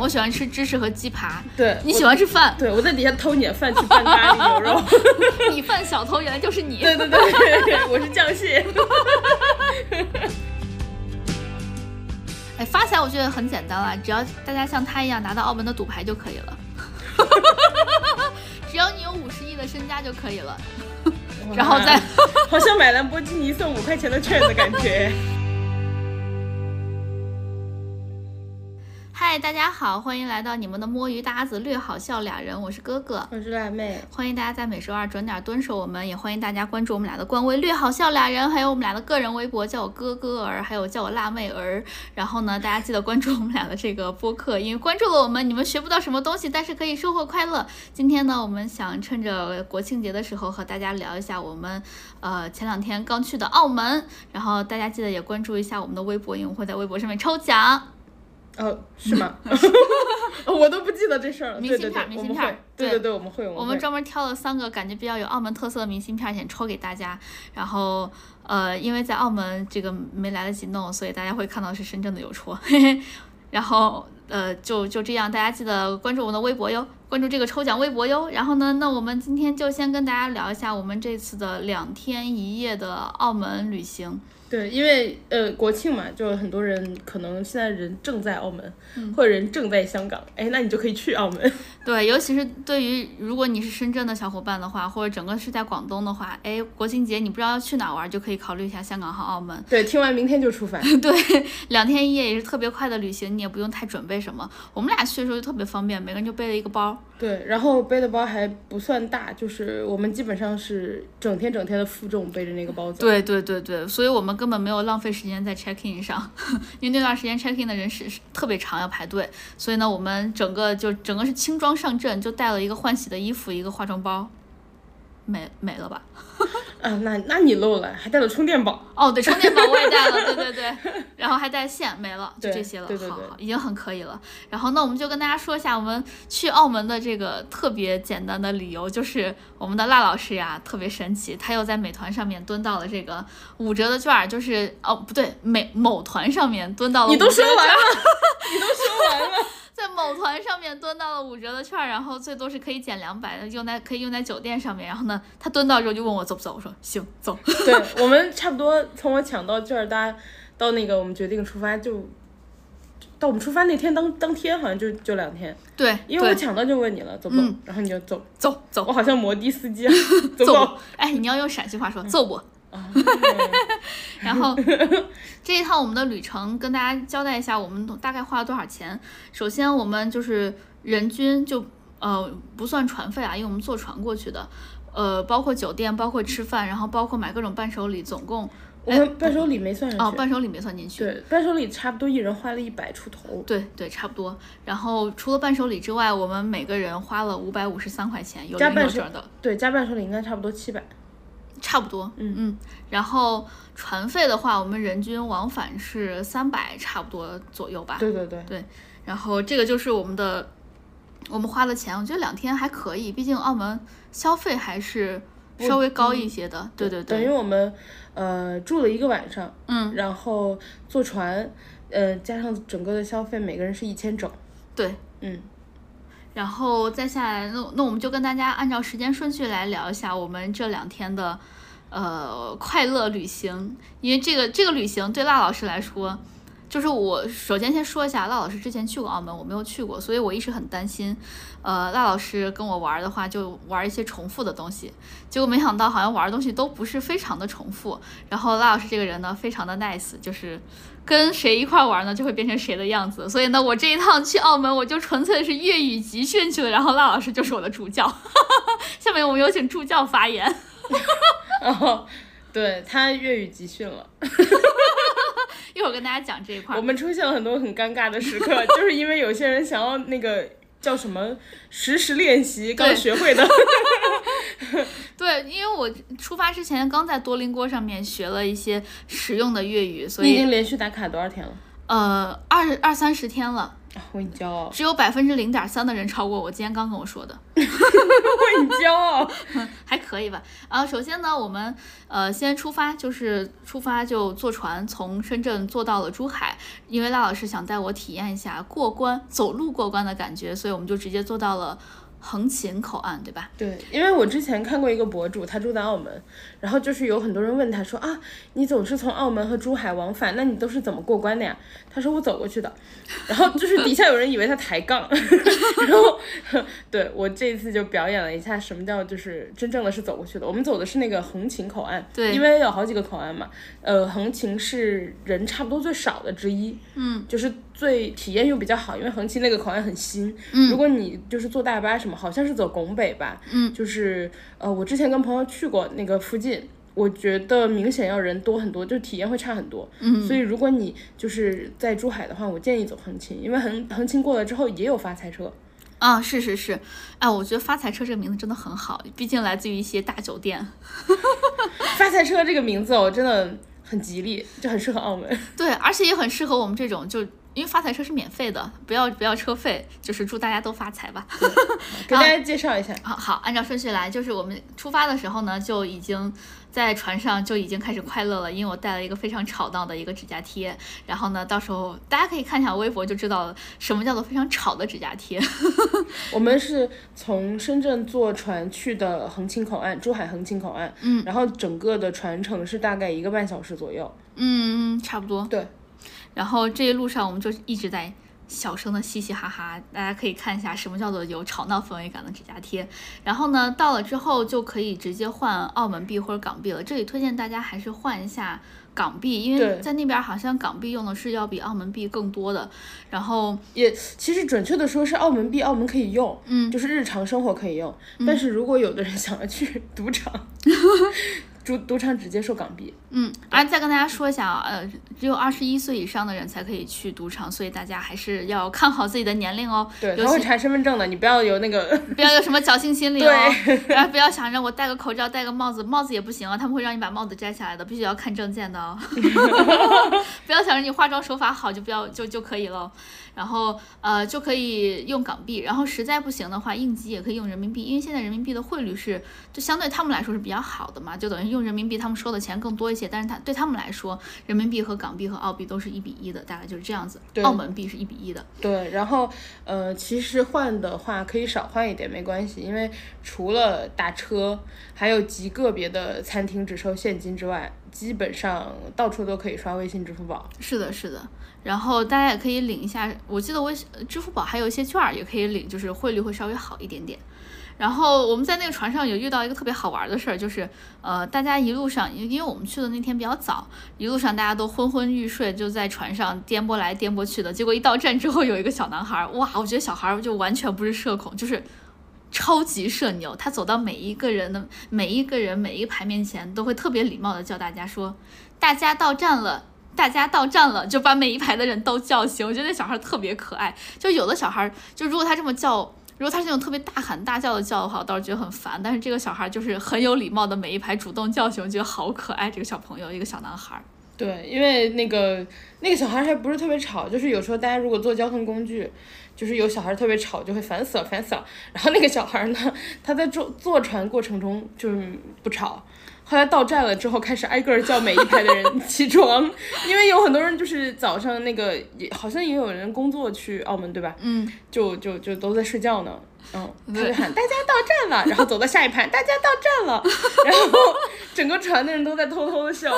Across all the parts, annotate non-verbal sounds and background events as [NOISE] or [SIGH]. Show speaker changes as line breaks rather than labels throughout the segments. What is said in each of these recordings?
我喜欢吃芝士和鸡扒。
对
你喜欢吃
[LAUGHS]
饭，
对我在底下偷你的饭去拌咖喱牛肉。
[LAUGHS] 米饭小偷原来就是你。
对对对，对我是酱蟹。
哎，发财我觉得很简单了，只要大家像他一样拿到澳门的赌牌就可以了。 [LAUGHS] 只要你有五十亿的身家就可以了，然后
[LAUGHS]
再
好像买兰博基尼送五块钱的券的感
[LAUGHS]
觉。
嗨，大家好，欢迎来到你们的摸鱼搭子略好笑俩人，我是哥哥。
我是辣妹，
欢迎大家在每周二准点蹲守我们，也欢迎大家关注我们俩的官微“略好笑俩人”，还有我们俩的个人微博，叫我哥哥儿，还有叫我辣妹儿。然后呢，大家记得关注我们俩的这个播客，因为关注了我们，你们学不到什么东西，但是可以收获快乐。今天呢，我们想趁着国庆节的时候和大家聊一下我们呃前两天刚去的澳门，然后大家记得也关注一下我们的微博，因为我们会在微博上面抽奖。
哦，是
[LAUGHS]
吗？我都不记得这事儿了。
明
对
信
对
片
对
儿，明
我
信
们
片儿
会，对
对
对对，我们会，
我
们
们
会。
专门挑了三个感觉比较有澳门特色的明信片，想抽给大家。然后，呃，因为在澳门这个没来得及弄，所以大家会看到是深圳的邮戳。 [LAUGHS] 然后，呃，就就这样，大家记得关注我们的微博哟，关注这个抽奖微博哟。然后呢，那我们今天就先跟大家聊一下我们这次的两天一夜的澳门旅行。
对，因为呃国庆嘛，就很多人可能现在人正在澳门，
嗯
或者人正在香港，哎，那你就可以去澳门。
对，尤其是对于如果你是深圳的小伙伴的话，或者整个是在广东的话，哎，国庆节你不知道要去哪玩，就可以考虑一下香港和澳门。
对，听完明天就出发。
[LAUGHS] 对，两天一夜也是特别快的旅行，你也不用太准备什么。我们俩去的时候就特别方便，每个人就背了一个包。
对，然后背的包还不算大，就是我们基本上是整天整天的负重背着那个包走。
对对对对，所以我们根本没有浪费时间在 check in 上， [LAUGHS] 因为那段时间 check in 的人是是特别长，要排队。所以呢，我们整个就整个是轻装上阵，就带了一个换洗的衣服，一个化妆包，没没了吧？
啊，那那你漏了，还带了充电宝。
哦，对，充电宝我也带了，对对
[LAUGHS]
对，然后还带线，没了，就
对
这些了，
对对
好
对
好，已经很可以了。然后那我们就跟大家说一下我们去澳门的这个特别简单的理由，就是我们的辣老师呀特别神奇，他又在美团上面蹲到了这个五折的券儿，就是哦不对，美某团上面蹲到了，
你都说完了，你都说完了。
在某团上面蹲到了五折的券儿，然后最多是可以减两百，用在可以用在酒店上面。然后呢，他蹲到之后就问我走不走，我说行走。 [LAUGHS]
对我们差不多从我抢到券儿，大家到那个我们决定出发就，就到我们出发那天当当天好像就就两天，
对，
因为我
对
抢到就问你了，走不走？
嗯
然后你就走，
走走
我好像摩的司机
[LAUGHS]
啊， [LAUGHS] 走不
揍
走
我？哎，你要用陕西话说揍我。 [LAUGHS]
啊？
然
[LAUGHS]
后这一趟我们的旅程，跟大家交代一下，我们大概花了多少钱。首先，我们就是人均就呃不算船费啊，因为我们坐船过去的，呃，包括酒店，包括吃饭，然后包括买各种伴手礼，总共
我们伴手礼没算
哦
上去，
伴手礼没算进去。
对，伴手礼差不多一人花了一百出头。
对对，差不多。然后除了伴手礼之外，我们每个人花了五百五十三块钱，有
加
零有
伴手
整的。啊
对，加伴手礼应该差不多七百。
差不多，嗯嗯。然后船费的话，我们人均往返是三百差不多左右吧。
对对对，
然后这个就是我们的我们花的钱，我觉得两天还可以，毕竟澳门消费还是稍微高一些的。对对
等于
对，
我们呃住了一个晚上，
嗯，
然后坐船，呃，加上整个的消费，每个人是一千整。
对。
嗯，
然后再下来，那那我们就跟大家按照时间顺序来聊一下我们这两天的呃快乐旅行，因为这个这个旅行对辣老师来说。就是我首先先说一下，辣老师之前去过澳门，我没有去过，所以我一直很担心。呃，辣老师跟我玩的话，就玩一些重复的东西，结果没想到好像玩的东西都不是非常的重复。然后辣老师这个人呢，非常的 nice，就是跟谁一块玩呢，就会变成谁的样子。所以呢，我这一趟去澳门，我就纯粹是粤语集训去了，然后辣老师就是我的助教。 [LAUGHS] 下面我们有请助教发言。
[LAUGHS] 然后对他粤语集训了。
一会儿跟大家讲这一块
我
儿。
们出现了很多很尴尬的时刻， [LAUGHS] 就是因为有些人想要那个叫什么实时练习刚
对
学
[LAUGHS]
会的，
对，因为我出发之前刚在多邻国上面学了一些实用的粤语，所
你已
以
经连续打卡多少天了？
呃二二三十天了。
啊我很
[LAUGHS]
骄傲，
只有百分之零点三的人超过我，今天刚跟我说的，
我很骄傲。
还可以吧。啊，首先呢，我们呃先出发，就是出发就坐船从深圳坐到了珠海，因为赖老师想带我体验一下过关走路过关的感觉，所以我们就直接坐到了横琴口岸，对吧？
对，因为我之前看过一个博主，他住在澳门，然后就是有很多人问他说啊，你总是从澳门和珠海往返，那你都是怎么过关的呀？他说我走过去的，然后就是底下有人以为他抬杠， [LAUGHS] 然后对我这一次就表演了一下什么叫就是真正的是走过去的。我们走的是那个横琴口岸，
对
因为有好几个口岸嘛，呃，横琴是人差不多最少的之一，
嗯，
就是最体验又比较好，因为横琴那个口岸很新，
嗯
如果你就是坐大巴什么，好像是走拱北吧，
嗯，
就是呃，我之前跟朋友去过那个附近。我觉得明显要人多很多，就体验会差很多。
嗯
所以如果你就是在珠海的话，我建议走横琴，因为横横琴过了之后也有发财车。 [LAUGHS]
啊，是是是，哎，我觉得“发财车”这个名字真的很好，毕竟来自于一些大酒 [LAUGHS] 店。
发财车这个名字哦，真的很吉利，就很适合
[LAUGHS]
澳门。
对，而且也很适合我们这种，就因为发财车是免费的，不要不要车费，就是祝大家都发财吧。
给大
啊
家介绍一下，
好好，按照顺序来，就是我们出发的时候呢，就已经在船上就已经开始快乐了，因为我带了一个非常吵闹的一个指甲贴，然后呢，到时候大家可以看一下微博就知道什么叫做非常吵的指甲贴。 [LAUGHS]
我们是从深圳坐船去的横琴口岸，珠海横琴口岸，
嗯，
然后整个的船程是大概一个半小时左右。
嗯，差不多。
对，
然后这一路上我们就一直在小声的嘻嘻哈哈，大家可以看一下什么叫做有吵闹氛围感的指甲贴。然后呢，到了之后就可以直接换澳门币或者港币了。这里推荐大家还是换一下港币，因为
对
在那边好像港币用的是要比澳门币更多的。然后，
也其实准确的说是澳门币，澳门可以用，
嗯，
就是日常生活可以用。但是如果有的人想要去
[LAUGHS]
赌场，赌赌场只接受港币。
嗯，而再跟大家说一下啊，呃，只有二十一岁以上的人才可以去赌场，所以大家还是要看好自己的年龄哦。
对，
尤
他会
其
查身份证的，你不要有那个。 [LAUGHS]
不要有什么侥幸心理哦，然后不要想着我戴个口罩、戴个帽子，帽子也不行啊，他们会让你把帽子摘下来的，必须要看证件的哦。 [LAUGHS] 不要想着你化妆手法好就不要就就可以了，然后呃就可以用港币，然后实在不行的话，应急也可以用人民币，因为现在人民币的汇率是就相对他们来说是比较好的嘛，就等于用人民币他们收的钱更多一些，但是他对他们来说，人民币和港币和澳币都是一比一的，大概就是这样子，
对
澳门币是一比一的，
对，然后呃，其实换的话可以少换一点，没关系，因为除了打车，还有极个别的餐厅只收现金之外，基本上到处都可以刷微信、支付宝。
是的，是的。然后大家也可以领一下，我记得微信呃支付宝还有一些券儿也可以领，就是汇率会稍微好一点点。然后我们在那个船上也遇到一个特别好玩的事儿，就是呃，大家一路上，因因为我们去的那天比较早，一路上大家都昏昏欲睡，就在船上颠簸来颠簸去的。结果一到站之后，有一个小男孩儿，哇，我觉得小孩儿就完全不是社恐，就是超级社牛。他走到每一个人的每一个人每一排面前，都会特别礼貌的叫大家说：“大家到站了。”大家到站了，就把每一排的人都叫醒。我觉得那小孩儿特别可爱。就有的小孩儿，就如果他这么叫，如果他是那种特别大喊大叫的叫的话，我倒是觉得很烦。但是这个小孩儿就是很有礼貌的，每一排主动叫醒，我觉得好可爱。这个小朋友，一个小男孩儿。
对，因为那个那个小孩还不是特别吵，就是有时候大家如果坐交通工具，就是有小孩特别吵，就会烦死了，烦死了。然后那个小孩呢，他在坐坐船过程中就是不吵，后来到站了之后开始挨个儿叫每一排的人起床，因为有很多人就是早上那个也好像也有人工作去澳门对吧？
嗯，
就就就都在睡觉呢。嗯，他
对
就喊大家到站了，然后走到下一排，大家到站了，然后整个船的人都在偷偷的笑。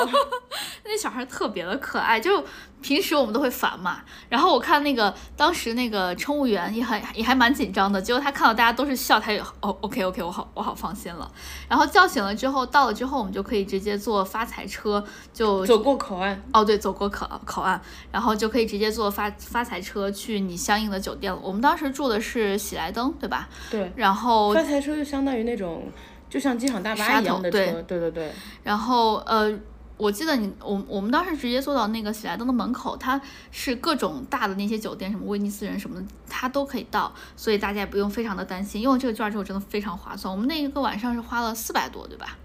那小孩儿特别的可爱，就平时我们都会烦嘛。然后我看那个当时那个乘务员也很也还蛮紧张的，结果他看到大家都是笑，他也哦 OK OK，我好我好放心了。然后叫醒了之后，到了之后我们就可以直接坐发财车，就
走过口岸，
哦，对，走过口口岸，然后就可以直接坐发发财车去你相应的酒店了。我们当时住的是喜来登，对吧？
对，
然后，
发财车就相当于那种，就像机场大
沙
巴一样
头
的车，
对
对对对
然后，呃，我记得你，我我们当时直接坐到那个喜来登的门口，它是各种大的那些酒店，什么威尼斯人什么的，它都可以到，所以大家也不用非常的担心。用了这个券之后，真的非常划算。我们那一个晚上是花了四百多，对吧？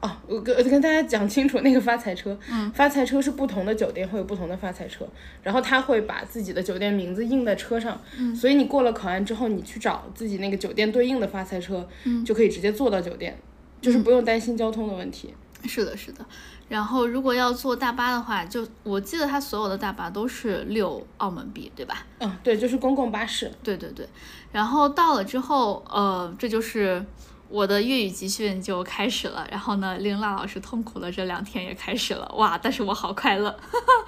啊，我跟我跟大家讲清楚，那个发财车，
嗯
发财车是不同的酒店会有不同的发财车，然后他会把自己的酒店名字印在车上，
嗯
所以你过了考验之后，你去找自己那个酒店对应的发财车，
嗯
就可以直接坐到酒店，就是不用担心交通的问题。
是的，是的。然后如果要坐大巴的话，就我记得它所有的大巴都是六澳门币，对吧？
嗯，对，就是公共巴士。
对对对。然后到了之后，呃，这就是我的粤语集训就开始了。然后呢，令辣老师痛苦的这两天也开始了，哇！但是我好快乐。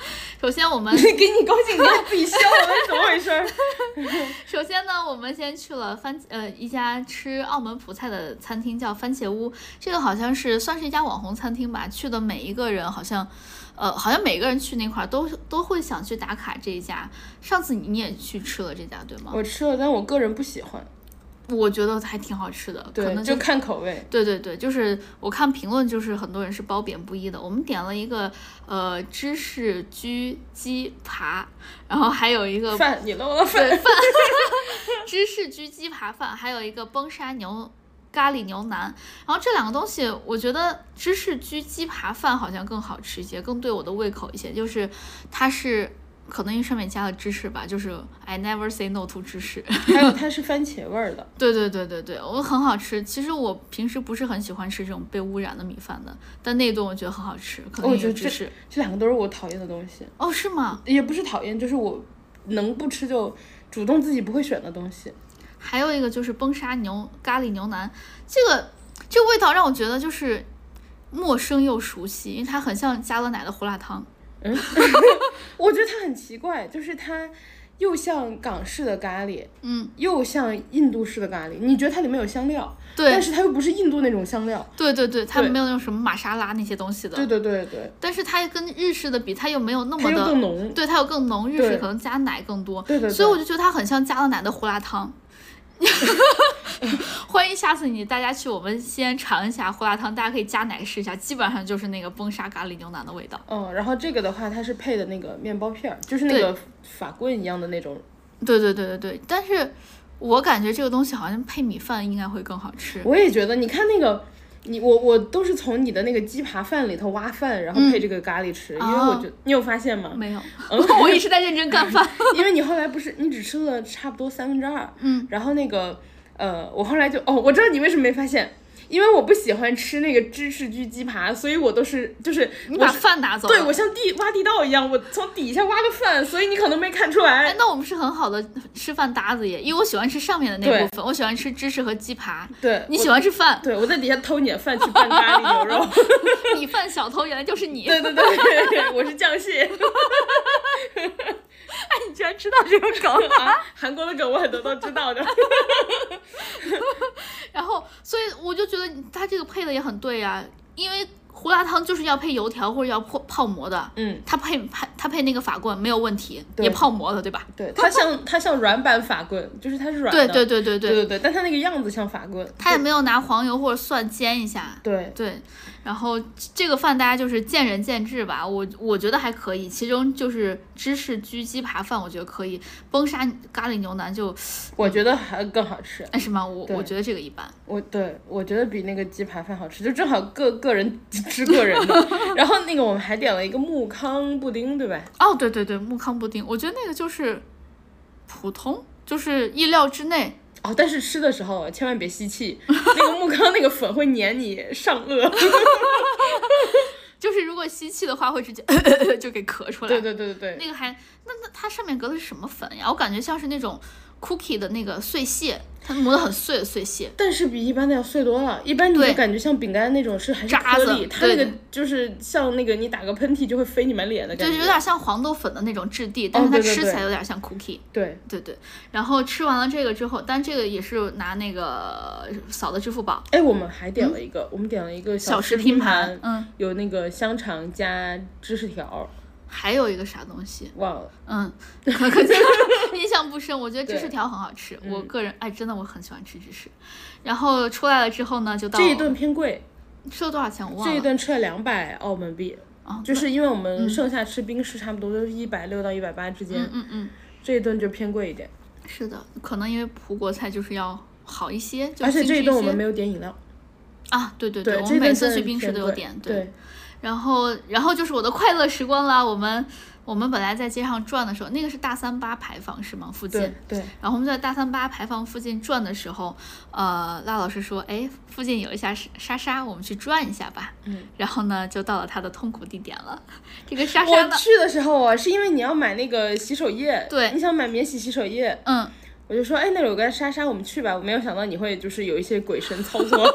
[LAUGHS] 首先我们
给你高兴，你要自己笑，我怎么
[LAUGHS]
回事儿？
首先呢，我们先去了番呃一家吃澳门普菜的餐厅，叫番茄屋。这个好像是算是一家网红餐厅吧。去的每一个人好像，呃，好像每个人去那块儿都都会想去打卡这一家。上次你你也去吃了这家对吗？
我吃了，但我个人不喜欢，
我觉得还挺好吃的，可
对，
能
就
就
看口味。
对对对，就是我看评论，就是很多人是褒贬不一的。我们点了一个呃芝士焗鸡扒，然后还有一个
饭，你漏了饭。
对饭，芝士焗鸡扒饭，还有一个崩沙牛咖喱牛腩。然后这两个东西，我觉得芝士焗鸡扒饭好像更好吃一些，更对我的胃口一些。就是它是可能因为上面加了芝士吧，就是 I never say no to 芝士。
还有它是番茄味儿的，
对对对对对，我很好吃。其实我平时不是很喜欢吃这种被污染的米饭的，但那一顿我觉得很好吃，可能
我
也
觉
有
得
芝士。
哦这两个都是我讨厌的东西，
哦，是吗？
也不是讨厌，就是我能不吃就主动自己不会选的东西。
还有一个就是崩沙牛咖喱牛腩，这个这个味道让我觉得就是陌生又熟悉，因为它很像加了奶的胡辣汤。
我觉得它很奇怪，就是它又像港式的咖喱，
嗯，
又像印度式的咖喱。你觉得它里面有香料，但
对
是它又不是印度那种香料。
对对对，它
对
没有那种什么玛莎拉那些东西的，
对对对对，
但是它跟日式的比，它又没有那
它
么
又
的
更，浓。
对，它又更浓，日式
对
可能加奶更多，
对对对，
所以我就觉得它很像加了奶的胡辣汤。 [LAUGHS] 欢迎下次你大家去我们西安尝一下胡辣汤，大家可以加奶试一下，基本上就是那个崩沙咖喱牛腩的味道。
嗯，然后这个的话，它是配的那个面包片儿，就是那
对
个法棍一样的那种。
对对对对对，但是我感觉这个东西好像配米饭应该会更好吃。
我也觉得，你看那个，你我我都是从你的那个鸡扒饭里头挖饭，然后配这个咖喱吃，因为我
嗯哦
觉你有发现吗？ [LAUGHS]
没有， [LAUGHS] 我一直在认真干饭。
因为你后来不是你只吃了差不多三分之二，
嗯，
然后那个呃，我后来就哦，我知道你为什么没发现，因为我不喜欢吃那个芝士焗鸡扒，所以我都是就是
[LAUGHS] 你
我
把
是
饭拿走了。
对我像地挖地道一样，我从底下挖个饭，所以你可能没看出
哎
来。，
那我们是很好的吃饭搭子耶，因为我喜欢吃上面的那
对
部分，我喜欢吃芝士和鸡扒。
对，
你
我
喜欢吃饭，
对我在底下偷你的饭去拌咖喱牛肉。 [LAUGHS]
米饭小偷原来就是 [LAUGHS] 你，
对对对对， [LAUGHS] 我是酱蟹
你居然知道这个梗。
[LAUGHS] 啊，韩国的梗我很多都知道的。
然后，所以我就觉得他这个配的也很对呀、因为胡辣汤就是要配油条或者要泡泡馍的，
嗯，
他配配他配那个法棍没有问题，
对
也泡馍的对吧？
[LAUGHS] 对，它像它像软版法棍，就是它是软
对
的。
对对对
对
对，
对对，但它那个样子像法棍。
他也没有拿黄油或者蒜煎一下。
对，
对，然后这个饭大家就是见仁见智吧，我我觉得还可以。其中就是芝士焗鸡扒饭，我觉得可以；崩沙咖喱牛腩就
我觉得还更好吃。
哎什么，我我
对
觉得这个一般。
我对我觉得比那个鸡扒饭好吃，就正好个个人吃个人 [LAUGHS] 的。然后那个我们还点了一个木糠布丁，对吧？
哦，对对对，木糠布丁，我觉得那个就是普通，就是意料之内。
哦，但是吃的时候千万别吸气，那个木糠那个粉会粘你上颚。 [LAUGHS]
就是如果吸气的话，会直接 [LAUGHS] 咳咳就给咳出来。
对对对对对，
那个还那那它上面隔的是什么粉呀？我感觉像是那种 cookie 的那个碎屑，它磨得很碎的碎屑。
但是比一般的要碎多了。一般你
对
就感觉像饼干那种是还是
渣
颗
子
粒，它那
对
个
对
就是像那个你打个喷嚏就会飞你满脸的感
就
觉。
是有点像黄豆粉的那种质地，但是它
哦对对
吃起
对
来有点像 cookie，、
对
对对然后吃完了这个之后，但这个也是拿那个扫的支付宝
哎，我们还点了一个，我们点了一个
小
吃
拼
拼
盘，，嗯，
有那个香肠加芝士条，
还有一个啥东西，
忘了。
嗯，可可见 [LAUGHS] 印象不深。我觉得芝士
对嗯
条很好吃，我个人哎，真的我很喜欢吃芝士。然后出来了之后呢，就到
这一顿偏贵，
吃了多少钱我忘
这一
了。
顿吃了两百澳门币，
啊
就是因为我们剩下吃冰室差不多都是一百六到一百八之间，
嗯嗯嗯，
这一顿就偏贵一点。
是的，可能因为葡国菜就是要好一些，就
而且
精致
这一顿我们
些
没有点饮料，
啊，对对我
这
们每
份
次
真
去
的
冰室
偏
都有
贵
点，对。
对，
然后，然后就是我的快乐时光啦。我们我们本来在街上转的时候，那个是大三巴牌坊是吗？附近。
对对，
然后我们在大三巴牌坊附近转的时候，呃，辣老师说，哎，附近有一下沙沙沙，我们去转一下吧。
嗯。
然后呢，就到了他的痛苦地点了。 [LAUGHS] 这个沙沙
我
呢，
去的时候啊，是因为你要买那个洗手液，
对
你想买免洗洗手液，
嗯，
我就说，哎，那有个莎莎，我们去吧。我没有想到你会就是有一些鬼神操作，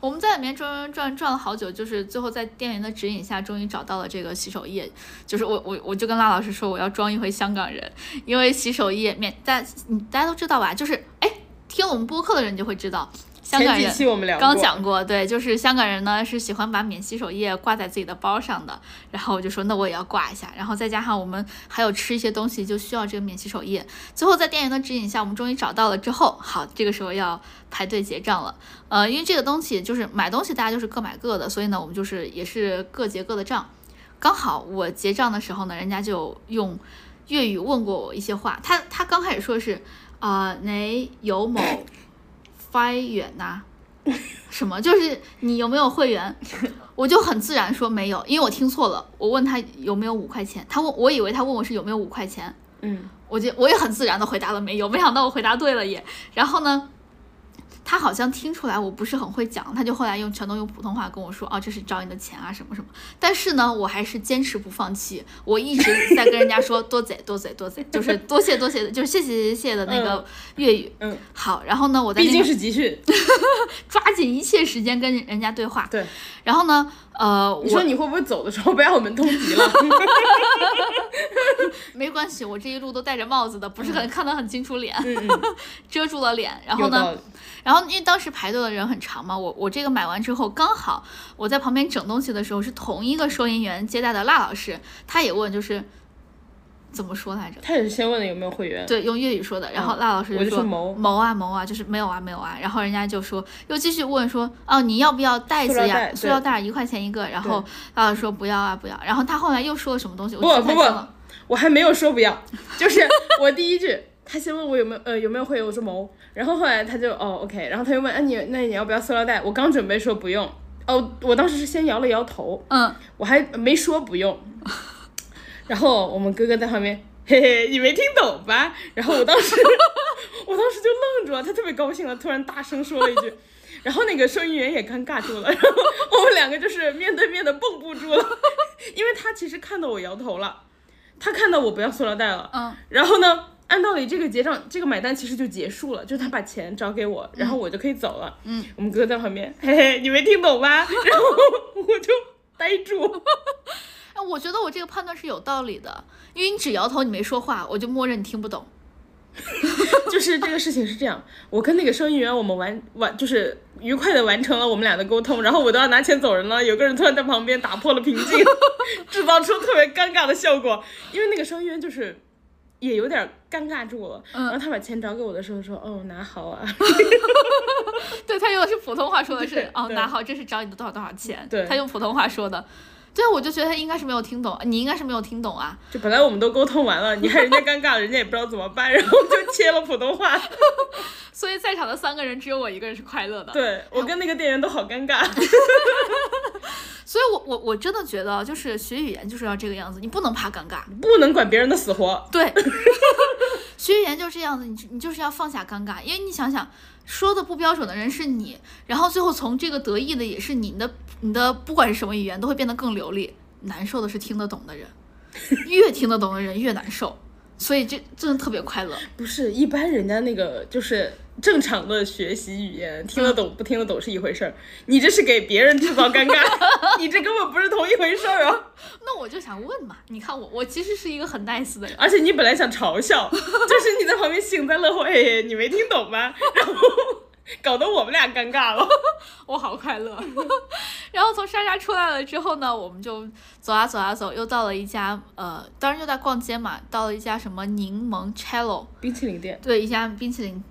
我们在里面转转转转了好久，就是最后在店员的指引下，终于找到了这个洗手液。就是我我我就跟辣老师说，我要装一回香港人，因为洗手液免大你大家都知道吧？就是哎，听我们播客的人就会知道， [LAUGHS] 香港
前几
人
期我们聊过，
刚讲过，对，就是香港人呢是喜欢把免洗手液挂在自己的包上的。然后我就说，那我也要挂一下。然后再加上我们还有吃一些东西，就需要这个免洗手液。最后在店员的指引下，我们终于找到了。之后，好，这个时候要排队结账了。呃，因为这个东西就是买东西，大家就是各买各的，所以呢，我们就是也是各结各的账。刚好我结账的时候呢，人家就用粤语问过我一些话。他他刚开始说是啊、呃，你有冇 [COUGHS] 啊花园呐、什么？就是你有没有会
[LAUGHS]
员？我就很自然说没有，因为我听错了。我问他有没有五块钱，他问我以为他问我是有没有五块钱，
嗯，
我就我也很自然的回答了没有，没想到我回答对了也。然后呢，他好像听出来我不是很会讲，他就后来用全都用普通话跟我说，哦，这是找你的钱啊，什么什么。但是呢，我还是坚持不放弃，我一直在跟人家说多谢多谢多谢， [LAUGHS] 就是多谢多谢的，就是谢谢谢谢的那个粤语。
嗯嗯
好，然后呢，我在
毕
那
竟
个
是
[LAUGHS]
集训。
抓紧一切时间跟人家对话。
对，
然后呢，呃，
你说
我
你会不会走的时候被我们通缉了？
[LAUGHS] 没关系，我这一路都戴着帽子的，不是很看得很清楚脸， [LAUGHS] 遮住了脸。然后
嗯有
呢，
道理，
然后因为当时排队的人很长嘛，我我这个买完之后，刚好我在旁边整东西的时候，是同一个收银员接待的辣老师，他也问就是怎么说来着？
他也是先问的有没有会员，
对，用粤语说的。然后
嗯
辣老师
我就
说
说谋
谋啊谋啊，就是没有啊没有啊。然后人家就说又继续问说哦你要不要袋
塑
子
料
呀
袋？
塑料袋儿一块钱一个。然后辣老师说不要啊不要。然后他后来又说了什么东西，我
不
记太
不不
清了。
我还没有说不要，就是我第一句。他先问我有没有呃有没有会员，我说谋，然后后来他就哦 OK，然后他又问，哎、你那你要不要塑料袋？我刚准备说不用，哦我当时是先摇了摇头，
嗯，
我还没说不用。然后我们哥哥在旁边，嘿嘿，你没听懂吧？然后我当时，我当时就愣住了，他特别高兴了，突然大声说了一句。然后那个收银员也尴尬住了，然后我们两个就是面对面的蹦不住了，因为他其实看到我摇头了，他看到我不要塑料袋了，
嗯，
然后呢，按道理这个结账这个买单其实就结束了，就是他把钱找给我，然后我就可以走了，嗯，我们哥哥在旁边，嘿嘿，你没听懂吧？然后我就呆住，
哎，我觉得我这个判断是有道理的，因为你只摇头你没说话，我就默认你听不懂。
就是这个事情是这样，我跟那个收银员我们完完就是愉快的完成了我们俩的沟通，然后我都要拿钱走人了，有个人突然在旁边打破了平静，制造出特别尴尬的效果，因为那个收银员就是。也有点尴尬住了，然后他把钱找给我的时候说：“哦，拿好啊。 [LAUGHS]
对他用的是普通话说的是
对
哦，
对
拿好，这是找你的多少多少钱。
对
他用普通话说的。对，我就觉得他应该是没有听懂，你应该是没有听懂啊。”
就本来我们都沟通完了，你看人家尴尬了，人家也不知道怎么办，然后就切了普通话。
所以在场的三个人只有我一个人是快乐的。
对我跟那个店员都好尴尬。
所以我我我真的觉得，就是学语言就是要这个样子，你不能怕尴尬。
不能管别人的死活。
对， [LAUGHS] 学语言就是这样子，你就你就是要放下尴尬，因为你想想，说的不标准的人是你，然后最后从这个得意的也是你，你的你的不管是什么语言都会变得更流利。难受的是听得懂的人，越听得懂的人越难受，所以这真的特别快乐。
不是一般人家那个就是正常的学习语言，听得懂不听得懂是一回事儿，你这是给别人制造尴 [LAUGHS] 尬，你这根本不是同一回事儿啊！
那我就想问嘛，你看我我其实是一个很 nice 的人，
而且你本来想嘲笑，就是你在旁边幸灾乐祸，哎，你没听懂吧？然后搞得我们俩尴尬了。
我好快乐。然后从莎莎出来了之后呢，我们就走啊走啊走，又到了一家呃，当然又在逛街嘛，到了一家什么柠檬 cello，
冰淇淋店，
对，一家冰淇淋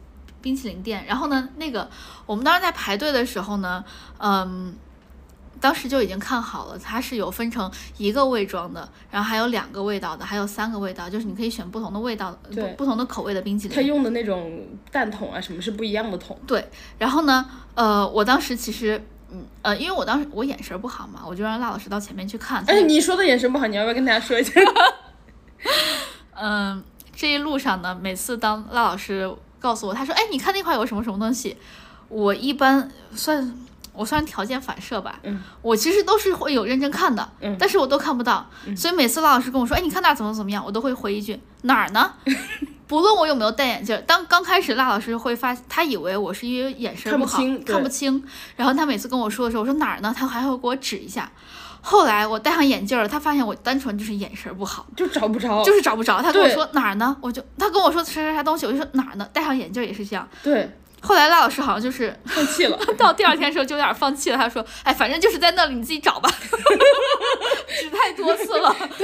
冰淇淋店。然后呢，那个我们当时在排队的时候呢，嗯，当时就已经看好了，它是有分成一个味装的，然后还有两个味道的，还有三个味道，就是你可以选不同的味道、不
对
不同的口味的冰淇
他
淋。
用的那种蛋筒啊，什么是不一样的桶？
然后呢，呃，我当时其实，嗯，呃，因为我当时我眼神不好嘛，我就让辣老师到前面去看。他
哎，你说的眼神不好，你要不要跟大家说一下？
嗯，这一路上呢，每次当辣老师告诉我，他说：“哎，你看那块有什么什么东西。”我一般算我算条件反射吧，
嗯，
我其实都是会有认真看的，
嗯
但是我都看不到，所以每次辣老师跟我说：“哎，你看那儿怎么怎么样？”我都会回一句：“哪儿
[LAUGHS]
呢？”不论我有没有戴眼镜儿，当刚开始辣老师会发，他以为我是因为眼神
看
不
不
好
清对
看不清，然后他每次跟我说的时候，我说哪儿呢？他还会给我指一下。后来我戴上眼镜儿了，他发现我单纯就是眼神不好，
[LAUGHS] 就找不着。
就是找不着。他跟我
哦对
说哪儿呢？我就他跟我说啥啥啥东西，我就说哪儿呢？戴上眼镜儿也是这样。
对，
后来赖老师好像就是 [LAUGHS]
放弃 [LAUGHS] 了。
到第二天的时候就有点放弃了，他说：“哎，反正就是在那里，你自己找吧。” [LAUGHS] 指太多次了， [LAUGHS]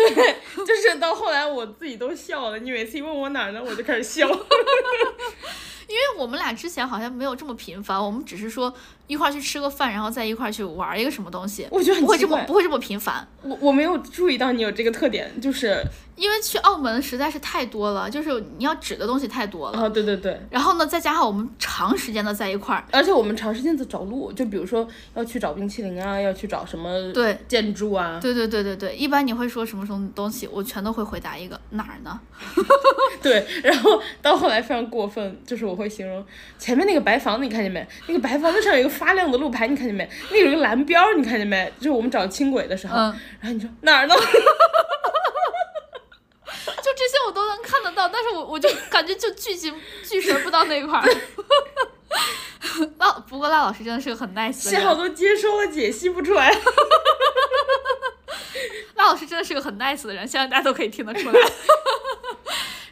就是到后来我自己都笑了。你每次一问我哪儿呢，我就开始笑。
因为我们俩之前好像没有这么频繁，我们只是说一块儿去吃个饭，然后再一块儿去玩儿一个什么东西，
我觉得
不
很
会
奇
这么
怪，
不会这么频繁。
我我没有注意到你有这个特点，就是
因为去澳门实在是太多了，就是你要指的东西太多了。
啊，对对对。
然后呢，再加上我们长时间的在一块儿，
而且我们长时间的找路，就比如说要去找冰淇淋啊，要去找什么
对，
建筑啊，
对对对对对，一般你会说什么什么东西，我全都会回答一个哪儿呢？
对，然后到后来非常过分，就是我会形容前面那个白房子，你看见没？那个白房子上有一个发亮的路牌，你看见没？那有一个蓝标，你看见没？就是我们找轻轨的时候，
嗯
然后你说哪 [LAUGHS] 儿呢？
[LAUGHS] 就这些我都能看得到，但是我我就感觉就聚 [LAUGHS] 精聚神不到那一块儿。那不过赖老师真的是个很 nice 的
幸好
人，
都接收了，解析不出来。
赖老师真的是个很 nice 的人，相信大家都可以听得出来。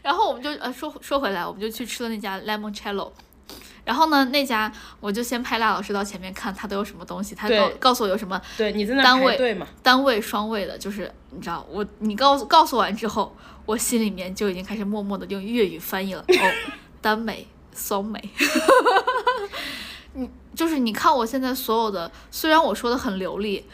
然后我们就呃说说回来，我们就去吃了那家 Lemoncello。然后呢，那家我就先派赖老师到前面看他都有什么东西，他
对
告告诉我有什么
对，你在那
单
儿
位
排队嘛？
单位双位的，就是你知道我，你告诉告诉完之后，我心里面就已经开始默默的用粤语翻译了。哦，耽美、松美， [LAUGHS] 你就是你看我现在所有的，虽然我说的很流利。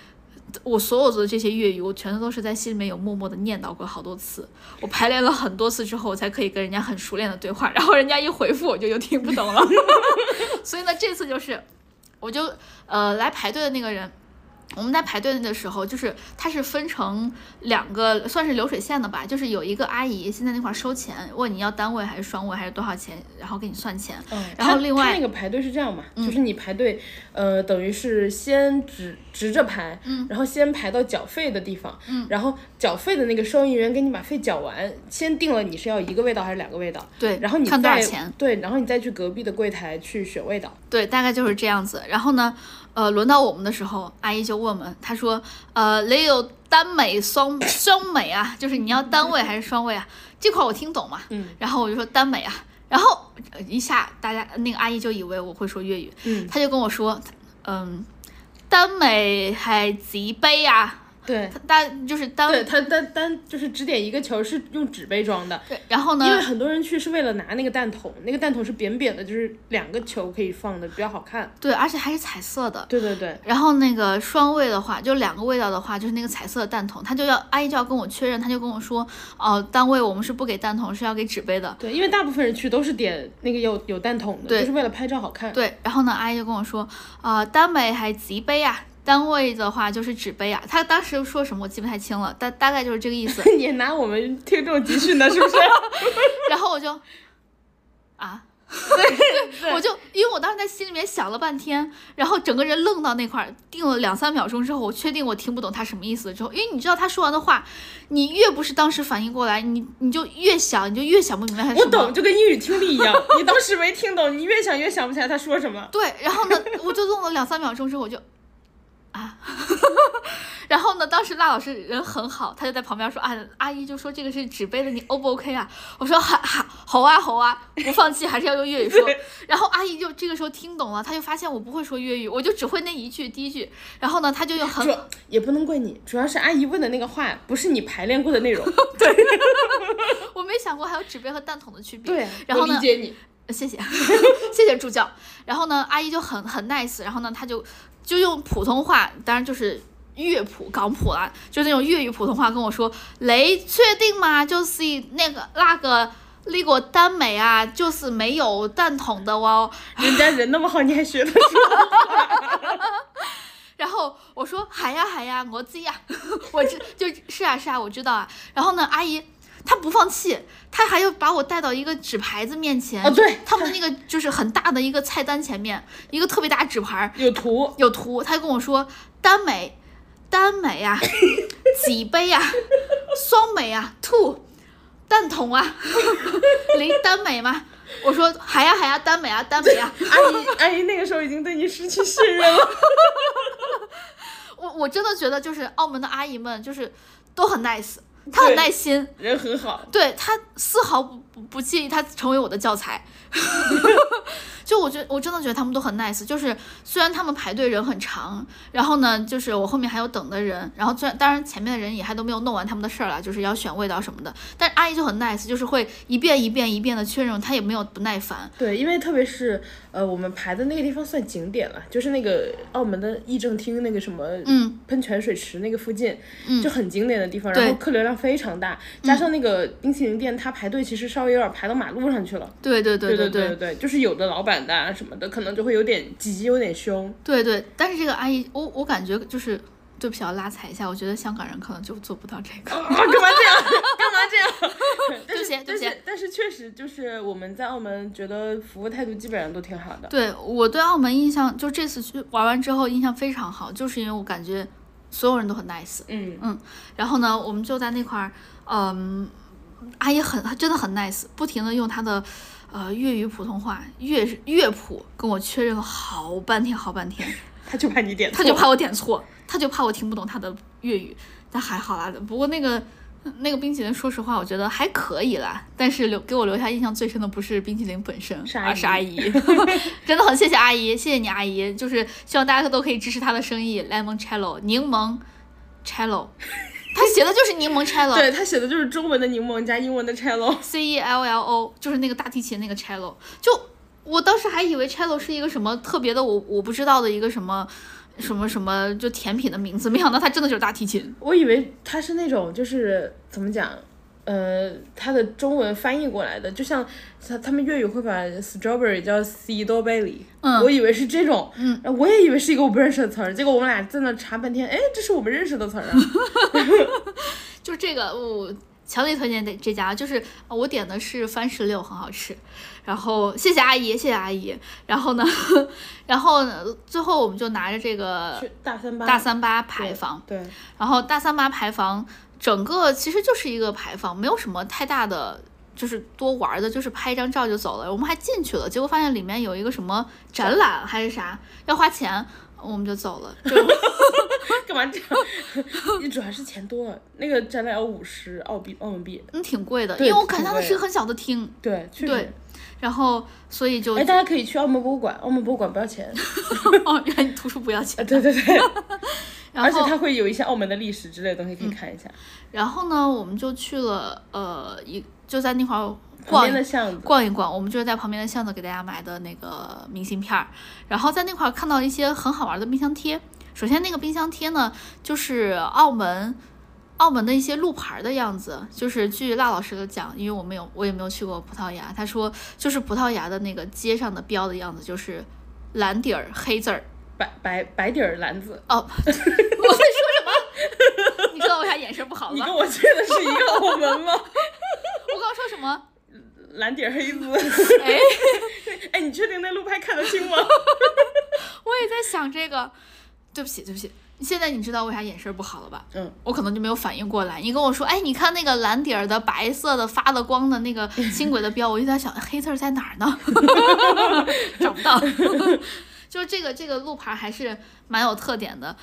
我所有的这些粤语，我全都是在心里面有默默的念叨过好多次。我排练了很多次之后，我才可以跟人家很熟练的对话。然后人家一回复，我就又听不懂了。 [LAUGHS] 所以呢，这次就是，我就呃来排队的那个人，我们在排队的时候，就是它是分成两个，算是流水线的吧，就是有一个阿姨先在那块儿收钱，问你要单位还是双位还是多少钱，然后给你算钱。
嗯，
然后
他
另
他
外嗯
那个排队是这样嘛，就是你排队，呃，等于是先直直着排，
嗯
然后先排到缴费的地方，
嗯
然后缴费的那个收银员给你把费缴完，先定了你是要一个味道还是两个味道，
对，
然后你
看多少
再
钱？
对，然后你再去隔壁的柜台去选味道。
对，大概就是这样子。然后呢，呃，轮到我们的时候，阿姨就问我们，她说，呃，雷有单美双双美啊，就是你要单位还是双位啊？这块儿我听懂嘛，
嗯，
然后我就说单美啊，然后呃一下大家那个阿姨就以为我会说粤语，
嗯
她就跟我说，嗯，单美还几杯啊？
对，
大就是单
对他单单就是只点一个球是用纸杯装的，
对，然后呢
因，为很多人去是为了拿那个蛋筒，那个蛋筒是扁扁的，就是两个球可以放的，比较好看。
对，而且还是彩色的。
对对对，
然后那个双味的话，就两个味道的话，就是那个彩色的蛋筒，他就要阿姨就要跟我确认，他就跟我说，哦、单位我们是不给蛋筒，是要给纸杯的。
对，因为大部分人去都是点那个有有蛋筒的，
对
就是为了拍照好看。 [LAUGHS]
对，然后呢，阿姨就跟我说，呃，单位还几杯啊？单位的话就是纸杯啊。她当时说什么我记不太清了，大大概就是这个意思。
你也拿我们听众集训呢，是
[LAUGHS]
不是？
然后我就，啊，
对
[LAUGHS] 我就因为我当时在心里面想了半天，然后整个人愣到那块儿，定了两三秒钟之后，我确定我听不懂他什么意思了之后，因为你知道他说完的话，你越不是当时反应过来，你你就越想，你就越想不明白他是
我
什么。
懂，就跟英语听力一样，你当时没听懂，你越想越想不起来他说什么。
对，然后呢，我就愣了两三秒钟之后，我就啊， [LAUGHS] 然后呢，当时辣老师人很好，他就在旁边说啊，阿姨就说这个是纸杯的，你 O 不 OK 啊？我说 [LAUGHS] 哈哈，好啊好啊，不放弃，还是要用粤语说。然后阿姨就这个时候听懂了，她就发现我不会说粤语，我就只会那一句第一句，然后呢，她就用很
主也不能怪你，主要是阿姨问的那个话不是你排练
[LAUGHS]
过的内容。
我没想过还有纸杯和蛋筒的区别。
对，
然后
我
呢
理解你。
呃谢谢 [LAUGHS] 谢谢助教。然后呢，阿姨就很很 nice，然后呢，她就就用普通话，当然就是。粤普港普啦，就那种粤语普通话跟我说：“雷，确定吗？就是那个那个那个单美啊，就是没有蛋筒的哦。”
人家人那么好，你还学得出？
然后我说喊呀喊呀，我知呀， [LAUGHS] 我知就是啊是啊，我知道啊。然后呢，阿姨她不放弃，她还要把我带到一个纸牌子面前。
哦对
他们那个就是很大的一个菜单前面，一个特别大纸牌儿
[LAUGHS] 有图，
有图，她就跟我说单美，单美啊， [LAUGHS] 几杯啊，双美啊，two，蛋筒啊， [LAUGHS] 零单美吗？我说喊呀喊呀，单美啊，单美啊。
阿姨阿姨那个时候已经对你失去信任了。 [LAUGHS]
我我真的觉得就是澳门的阿姨们就是都很 nice，她很
对
耐心，
人很好，
对她丝毫不不不介意她成为我的教材。就我觉我真的觉得他们都很 nice，就是虽然他们排队人很长，然后呢，就是我后面还有等的人，然后虽然当然前面的人也还都没有弄完他们的事儿啦，就是要选味道什么的，但是阿姨就很 nice，就是会一遍一遍一遍的确认，她也没有不耐烦。
对，因为特别是呃，我们排的那个地方算景点了，就是那个澳门的议政厅那个什么，
嗯，
喷泉水池那个附近，
嗯
就很景点的地方，
对嗯
然后客流量非常大，加上那个冰淇淋店，它排队其实稍微有点排到马路上去了。
对对对
对
对
对对对，就是有的老板的啊什么的，可能就会有点急，有
[LAUGHS]
点凶。
对对，但是这个阿姨，我我感觉就是，对不起，要拉踩一下，我觉得香港人可能就做不到这个。
啊，干嘛这样？干嘛这样？
[LAUGHS]
但
对不
是
起对不
但
起
是但是确实就是我们在澳门觉得服务态度基本上都挺好的。
对我对澳门印象，就这次去玩完之后印象非常好，就是因为我感觉所有人都很 nice。
嗯，
然后呢，我们就在那块儿，嗯，阿姨很真的很 nice，不停的用她的呃粤语普通话粤粤普跟我确认了好半天好半天，
他就怕你点
他
错，
就怕我点错，他就怕我听不懂他的粤语，但还好啦。不过那个那个冰淇淋，说实话，我觉得还可以啦。但是留给我留下印象最深的不是冰淇淋本身，
是阿
而
姨
是阿
[LAUGHS]
姨。真的很谢谢阿姨，谢谢你阿姨，就是希望大家都可以支持她的生意，Lemon Cello 柠檬 Cello，她写的就是柠檬 Cello。
对他写的就是中文的柠檬加英文的 cello。
C E L L O，就是那个大提琴那个 cello。就我当时还以为 cello 是一个什么特别的我，我不知道的一个什么什么什么就甜品的名字，没想到它真的就是大提琴。
我以为它是那种就是怎么讲，呃，它的中文翻译过来的，就像他他们粤语会把 strawberry 叫 c d o b e r r y
嗯
我以为是这种，
嗯，
我也以为是一个我不认识的词儿，结果我们俩在那查半天，哎，这是我们认识的词儿
[LAUGHS]
啊，
就是这个我。强烈推荐这这家，就是呃我点的是番石榴，很好吃。然后谢谢阿姨，谢谢阿姨。然后呢， [LAUGHS] 然后呢最后我们就拿着这个
去大三八，
大三巴牌
对
坊，
对，
然后大三巴牌坊整个其实就是一个牌坊，没有什么太大的。就是多玩儿的，就是拍一张照就走了。我们还进去了，结果发现里面有一个什么展览还是啥，要花钱，我们就走了。就
干嘛这 [LAUGHS] 样？你主要是钱多，那个展览要五十澳币澳门币，
嗯挺贵的，因
对
为我感觉它那
挺贵
是一个很小的厅，
对，确实
对，然后所以就
哎，大家可以去澳门博物馆，澳门博物馆不
[LAUGHS]
要钱，
哦，原来你图书不要钱
啊，。对对对，
然
[LAUGHS] 而且
后嗯
它会有一些澳门的历史之类的东西可以看一下，
然后呢，我们就去了呃一就在那块儿
旁
逛
边的巷子。
逛一逛，我们就是在旁边的巷子给大家买的那个明信片儿，然后在那块儿看到一些很好玩的冰箱贴。首先，那个冰箱贴呢，就是澳门澳门的一些路牌儿的样子，就是据辣老师的讲，因为我没有我也没有去过葡萄牙，他说就是葡萄牙的那个街上的标的样子，就是蓝底儿黑字儿。
白白白底儿篮子。
哦， [LAUGHS] 我在说什么？你知道我啥眼神不好了
你
吧？
跟我去的是一个澳门吗？ [LAUGHS]
我刚说什么？
蓝底儿黑字。
哎。
[LAUGHS] 哎，你确定那路牌看得清吗？
我也在想这个。对不起，对不起，现在你知道为啥眼神不好了吧？
嗯，
我可能就没有反应过来。你跟我说，哎，你看那个蓝底儿的白色的发了光的那个轻轨的标，我就在想黑字儿在哪儿呢？ [LAUGHS] 找不到。 [LAUGHS] 就是这个这个路牌还是蛮有特点的，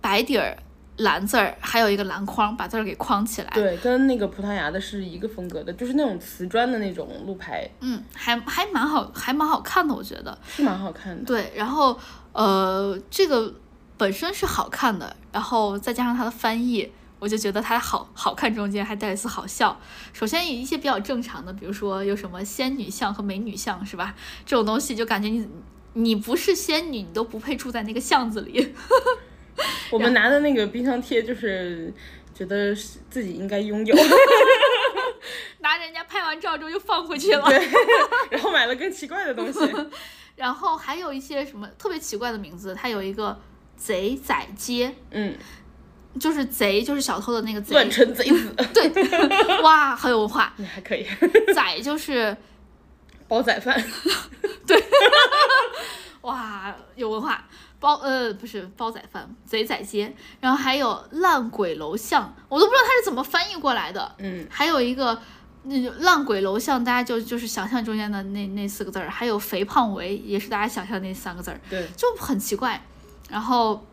白底儿、蓝字儿，还有一个篮筐，把字儿给框起来。
[LAUGHS] 对，跟那个葡萄牙的是一个风格的，就是那种瓷砖的那种路牌，
嗯，还还蛮好，还蛮好看的，我觉得。
是蛮好看的。
对，然后呃，这个本身是好看的，然后再加上它的翻译，我就觉得它好好看中间还带了一丝好笑。首先有一些比较正常的，比如说有什么仙女像和美女像，是吧？这种东西就感觉你你不是仙女，你都不配住在那个巷子里。 [LAUGHS]
我们拿的那个冰箱贴就是觉得是自己应该拥有，
拿人家拍完照之后又放回去了。
[LAUGHS] 然后买了更奇怪的 [LAUGHS] 东西。
然后还有一些什么特别奇怪的名字，它有一个贼仔街，
嗯，
就是贼就是小偷的那个贼，
乱臣贼子，
对， [LAUGHS] 哇，很有文化。
你还可以
仔就是
煲仔饭，
哇，有文化。煲呃不是煲仔饭，贼仔街，然后还有烂鬼楼巷，我都不知道它是怎么翻译过来的。
嗯，
还有一个那就烂鬼楼巷，大家就就是想象中间的那那四个字儿，还有肥胖围也是大家想象的那三个字儿，
对，
就很奇怪。然后，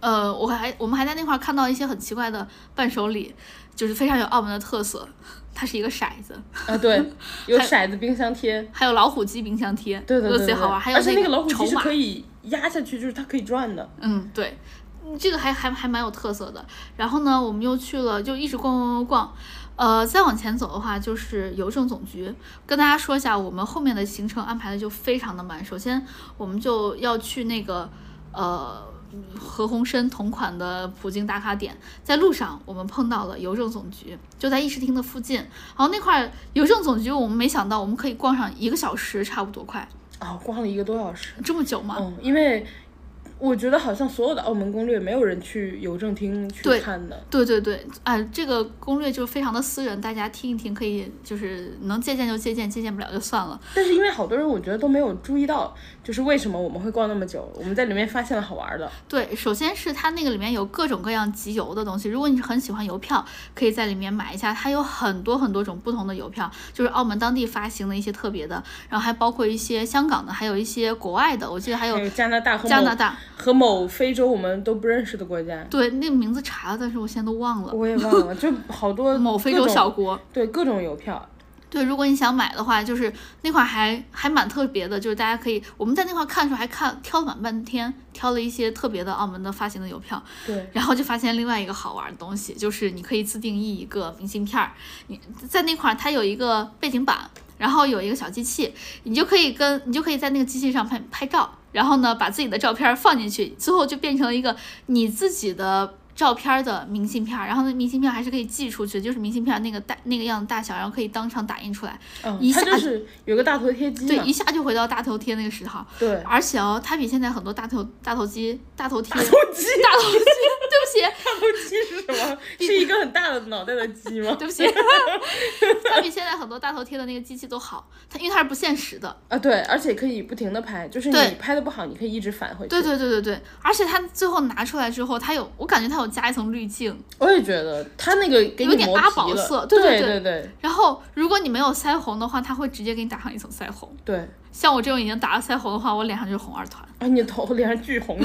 呃，我还我们还在那块儿看到一些很奇怪的伴手礼，就是非常有澳门的特色。它是一个骰子，
啊 [LAUGHS] 对，有骰子冰箱贴，
还有老虎机冰箱贴，
对对
都
对
贼
对，
好玩。还有
而啊且那个老虎
筹
机是
码，
可以压下去，就是它可以转的，
嗯，对，嗯这个还还还蛮有特色的。然后呢，我们又去了，就一直逛逛逛逛。呃，再往前走的话，就是邮政总局。跟大家说一下，我们后面的行程安排的就非常的满。首先，我们就要去那个呃何鸿燊同款的普京打卡点，在路上我们碰到了邮政总局，就在议事厅的附近。然后那块儿邮政总局，我们没想到我们可以逛上一个小时，差不多快
啊、我逛了一个多小时。
这么久吗？
嗯，因为我觉得好像所有的澳门攻略没有人去邮政厅去
对
看的，
对对对，啊，这个攻略就是非常的私人，大家听一听，可以就是能借鉴就借鉴，借鉴不了就算了。
但是因为好多人我觉得都没有注意到，就是为什么我们会逛那么久，我们在里面发现了好玩的，
对，首先是它那个里面有各种各样集邮的东西，如果你是很喜欢邮票，可以在里面买一下，它有很多很多种不同的邮票，就是澳门当地发行的一些特别的，然后还包括一些香港的，还有一些国外的，我记得还有
还有加拿大和某
加拿大。
和某非洲我们都不认识的国家，
对，那个名字查了，但是我现在都忘了，
我也忘了，就好多
某非
各
洲
种
小国。
对各种邮票，
对，如果你想买的话，就是那块儿还还蛮特别的，就是大家可以我们在那块儿看的时候还看挑了满半天，挑了一些特别的澳门的发行的邮票，
对。
然后就发现另外一个好玩的东西，就是你可以自定义一个明信片儿，你在那块儿它有一个背景板，然后有一个小机器，你就可以跟你就可以在那个机器上拍拍照，然后呢把自己的照片儿放进去，最后就变成了一个你自己的。照片儿的明信片儿，然后那明信片儿还是可以寄出去，就是明信片儿那个大那个样子大小，然后可以当场打印出来。
嗯
一，
它
下
就
子
是有个大头贴机
对，
嘛，
一下就回到大头贴那个时候，
对，
而且哦，它比现在很多大头大头机、大头贴、大头
头鸡，
机，对不起，
大头鸡是什么？ [LAUGHS] 是一个很大的脑袋的鸡
[LAUGHS]
吗？
对不起，它比现在很多大头贴的那个机器都好，它因为它是不限时的，
啊，对，而且可以不停的拍，就是
对
你拍的不好，你可以一直返回去。
对对对对对，而且它最后拿出来之后，它有我感觉它有加一层滤镜，
我也觉得他那个给
有
你
点
磨
阿
皮
宝
了
色对
对
对
对对
然后如果你没有腮红的话，它会直接给你打上一层腮红，
对
像我这种已经打了腮红的话，我脸上就是红二团。
啊，你头脸上巨红， [LAUGHS]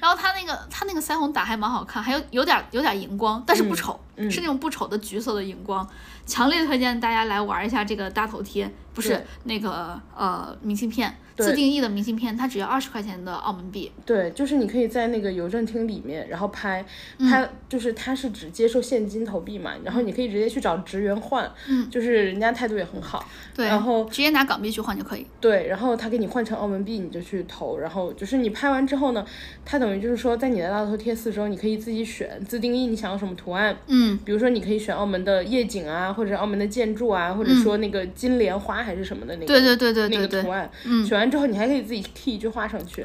然后它那个它那个腮红打还蛮好看，还有有点有点荧光，但是不丑，
嗯嗯
是那种不丑的橘色的荧光。强烈推荐大家来玩一下这个大头贴，不是
对
那个呃明信片，
对
自定义的明信片，它只要二十块钱的澳门币。
对，就是你可以在那个邮政厅里面，然后拍，
嗯
他就是他是只接受现金投币嘛，然后你可以直接去找职员换，
嗯
就是人家态度也很好，
对，
然后
直接拿港币去换就可以。
对，然后他给你换成澳门币，你就去投，然后就是你拍完之后呢，他等于就是说在你的大头贴四周，你可以自己选自定义你想要什么图案，
嗯，
比如说，你可以选澳门的夜景啊，或者澳门的建筑啊，或者说那个金莲花还是什么的那个，
嗯对对对对对嗯
那个图
对。
案。选完之后，你还可以自己 T 一句话上去。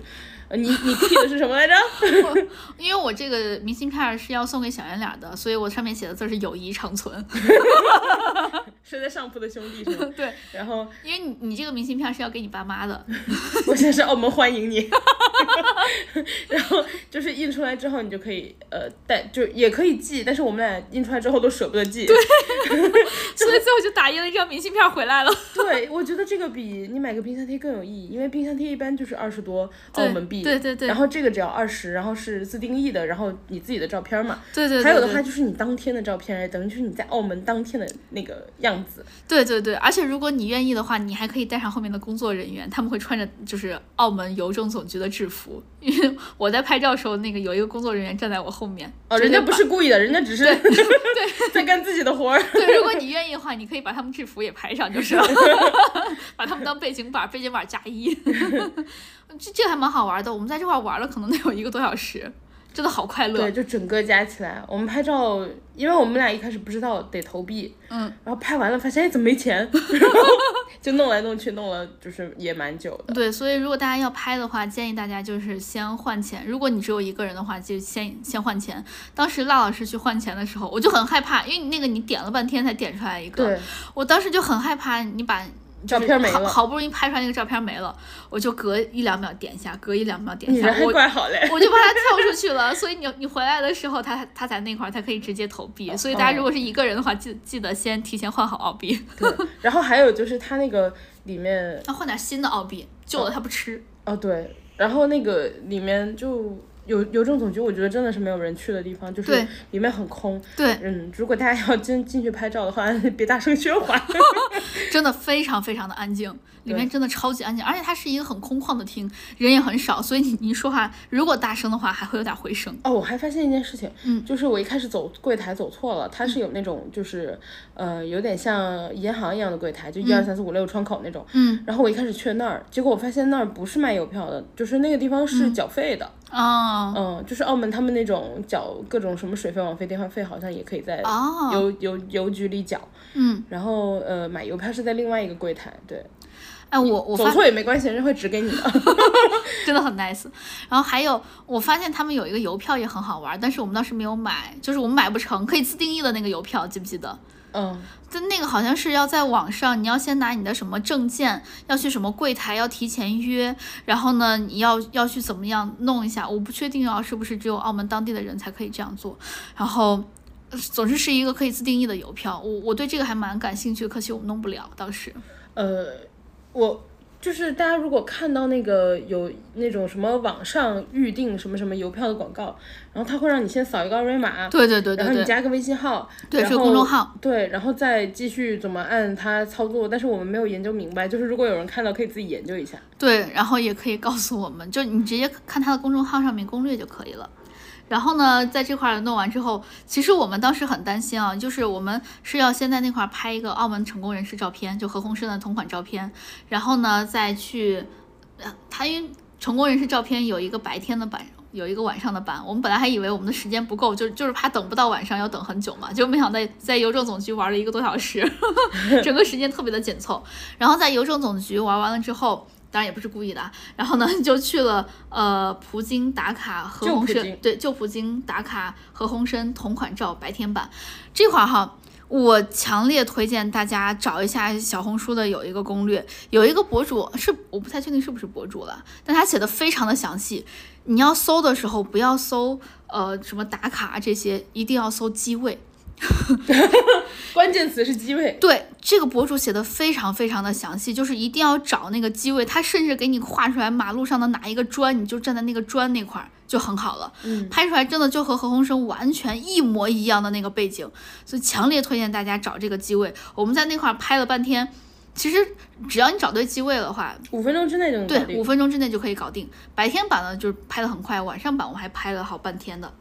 呃，你你 T 的是什么来着？ [LAUGHS]
因为我这个明信片儿是要送给小圆脸儿的，所以我上面写的字儿是友谊长存。 [LAUGHS]
睡在上铺的兄弟是吗？
对，
然后
因为你你这个明信片儿是要给你爸妈 [LAUGHS] 的。
[LAUGHS] 我现在是澳门欢迎你。 [LAUGHS] 然后就是印出来之后，你就可以呃带，就也可以寄，但是我们俩印出来之后都舍不得寄，
所以最后就打印了一张明信片回来了。
对，我觉得这个比你买个冰箱贴更有意义，因为冰箱贴一般就是二十多
对
澳门币，
对对对
然后这个只要二十，然后是自定义的，然后你自己的照片嘛，
对对对
还有的
对
话就是你当天的照片，哎等于就是你在澳门当天的那个样子，
对对对，而且如果你愿意的话，你还可以带上后面的工作人员，他们会穿着就是澳门邮政总局的制服。因为我在拍照的时候，那个有一个工作人员站在我后面。
哦，人家不
是。
是故意的，人家只是 [LAUGHS] 在干自己的活儿。 [LAUGHS]
对，如果你愿意的话，你可以把他们制服也拍上就是了，
啊
[LAUGHS] 把他们当背景板，背景板加一。 [LAUGHS] 这这个还蛮好玩的，我们在这块儿玩了可能得有一个多小时，真的好快乐
对，。就整个加起来，我们拍照，因为我们俩一开始不知道得投币，
嗯，
然后拍完了发现哎怎么没钱， [LAUGHS] 然后就弄来弄去，弄了就是也蛮久的。
对，所以如果大家要拍的话，建议大家就是先换钱。如果你只有一个人的话，就先先换钱。当时辣老师去换钱的时候，我就很害怕，因为你那个你点了半天才点出来一个，
对，
我当时就很害怕你把。
照片没
好
了
好不容易拍出来那个照片没了，我就隔一两秒点一下，隔一两秒点
你
一下
人，还
我
嗯怪好嘞。
[LAUGHS] 我就把它跳出去了，所以你你回来的时候，它它才那块儿，它可以直接投币。所以大家如果是一个人的话，记记得先提前换好澳币， [LAUGHS]
对， [LAUGHS] 然后还有就是它那个里面，
要换点新的澳币，旧的它不吃。
哦对，然后那个里面就邮邮政总局，我觉得真的是没有人去的地方，就是
对
里面很空。
对，
嗯，如果大家要真进去拍照的话， [LAUGHS] 别大声喧哗。
真的非常非常的安静，里面真的超级安静，而且它是一个很空旷的厅，人也很少，所以你你说话如果大声的话，还会有点回声。
哦，我还发现一件事情，
嗯
就是我一开始走柜台走错了，它是有那种就是，呃，有点像银行一样的柜台，就一二三四五六窗口那种。
嗯
然后我一开始去那儿，结果我发现那儿不是卖邮票的，就是那个地方
嗯
是缴费的，
哦
嗯就是澳门他们那种缴各种什么水费、网费、电话费，好像也可以在
哦，
邮邮邮局里缴。
嗯，
然后呃，买邮票是在另外一个柜台，对，
哎，我我
走
发
错也没关系，人家会指给你的。 [LAUGHS]
真的很 nice。然后还有，我发现他们有一个邮票也很好玩，但是我们当时没有买，就是我们买不成，可以自定义的那个邮票，记不记得？
嗯，
但那个好像是要在网上，你要先拿你的什么证件，要去什么柜台，要提前约，然后呢，你要要去怎么样弄一下，我不确定啊，是不是只有澳门当地的人才可以这样做。然后，呃总之是一个可以自定义的邮票，我我对这个还蛮感兴趣，可惜我们弄不了，当时。
呃，我就是大家如果看到那个有那种什么网上预定什么什么邮票的广告，然后他会让你先扫一个二维码，
对对对
然后
对
你
对，
加个微信号，
对
然
是个
后
公众号，
对，然后再继续怎么按它操作，但是我们没有研究明白，就是如果有人看到可以自己研究一下。
对，然后也可以告诉我们，就你直接看他的公众号上面攻略就可以了。然后呢，在这块儿弄完之后，其实我们当时很担心啊，就是我们是要先在那块儿拍一个澳门成功人士照片，就何鸿燊的同款照片，然后呢再去，呃，他因为成功人士照片有一个白天的版，有一个晚上的版，我们本来还以为我们的时间不够，就就是怕等不到晚上要等很久嘛，就没想到在邮政总局玩了一个多小时， [LAUGHS] 整个时间特别的紧凑。然后在邮政总局玩完了之后。当然也不是故意的啊，然后呢就去了呃葡京打卡何
旧
鸿
葡京
燊，对旧葡京打卡何鸿燊同款照白天版，这块儿哈，我强烈推荐大家找一下小红书的有一个攻略，有一个博主是我不太确定是不是博主了，但他写的非常的详细。你要搜的时候不要搜呃什么打卡这些，一定要搜机位。
关键词是机位，
对，这个博主写的非常非常的详细，就是一定要找那个机位，他甚至给你画出来马路上的哪一个砖，你就站在那个砖那块儿就很好了。
嗯，
拍出来真的就和何鸿燊完全一模一样的那个背景，所以强烈推荐大家找这个机位。我们在那块儿拍了半天，其实只要你找对机位的话，
五分钟之内就能搞
对，五
定。
分钟之内就可以搞定。白天版呢，就是拍的很快，晚上版我们还拍了好半天的。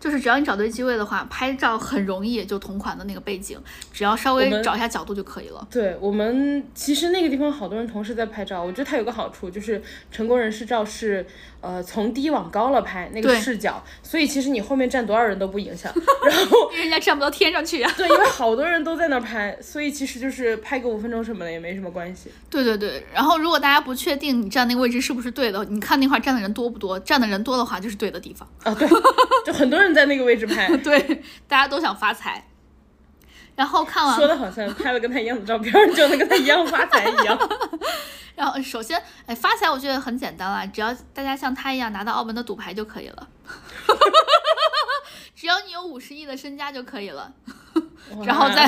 就是只要你找对机位的话，拍照很容易，就同款的那个背景，只要稍微
我们
找一下角度就可以了。
对我们其实那个地方好多人同时在拍照，我觉得它有个好处就是成功人士照是呃从低往高了拍那个
对
视角，所以其实你后面站多少人都不影响。 [LAUGHS] 然后
因为人家站不到天上去啊呀、
对，因为好多人都在那儿拍，所以其实就是拍个五分钟什么的也没什么关系。
对对对，然后如果大家不确定你站那个位置是不是对的，你看那块站的人多不多，站的人多的话就是对的地方。
啊，对，
哦
就很多人在那个位置拍，
[LAUGHS] 对，大家都想发财。然后看完，
说的好像拍了跟他一样的照片儿，就能跟他一样发财一样。
然后首先，哎，发财我觉得很简单啦，只要大家像他一样拿到澳门的赌牌就 [LAUGHS] 可以了。只要你有五十亿的身家就可以了， [LAUGHS] 然后再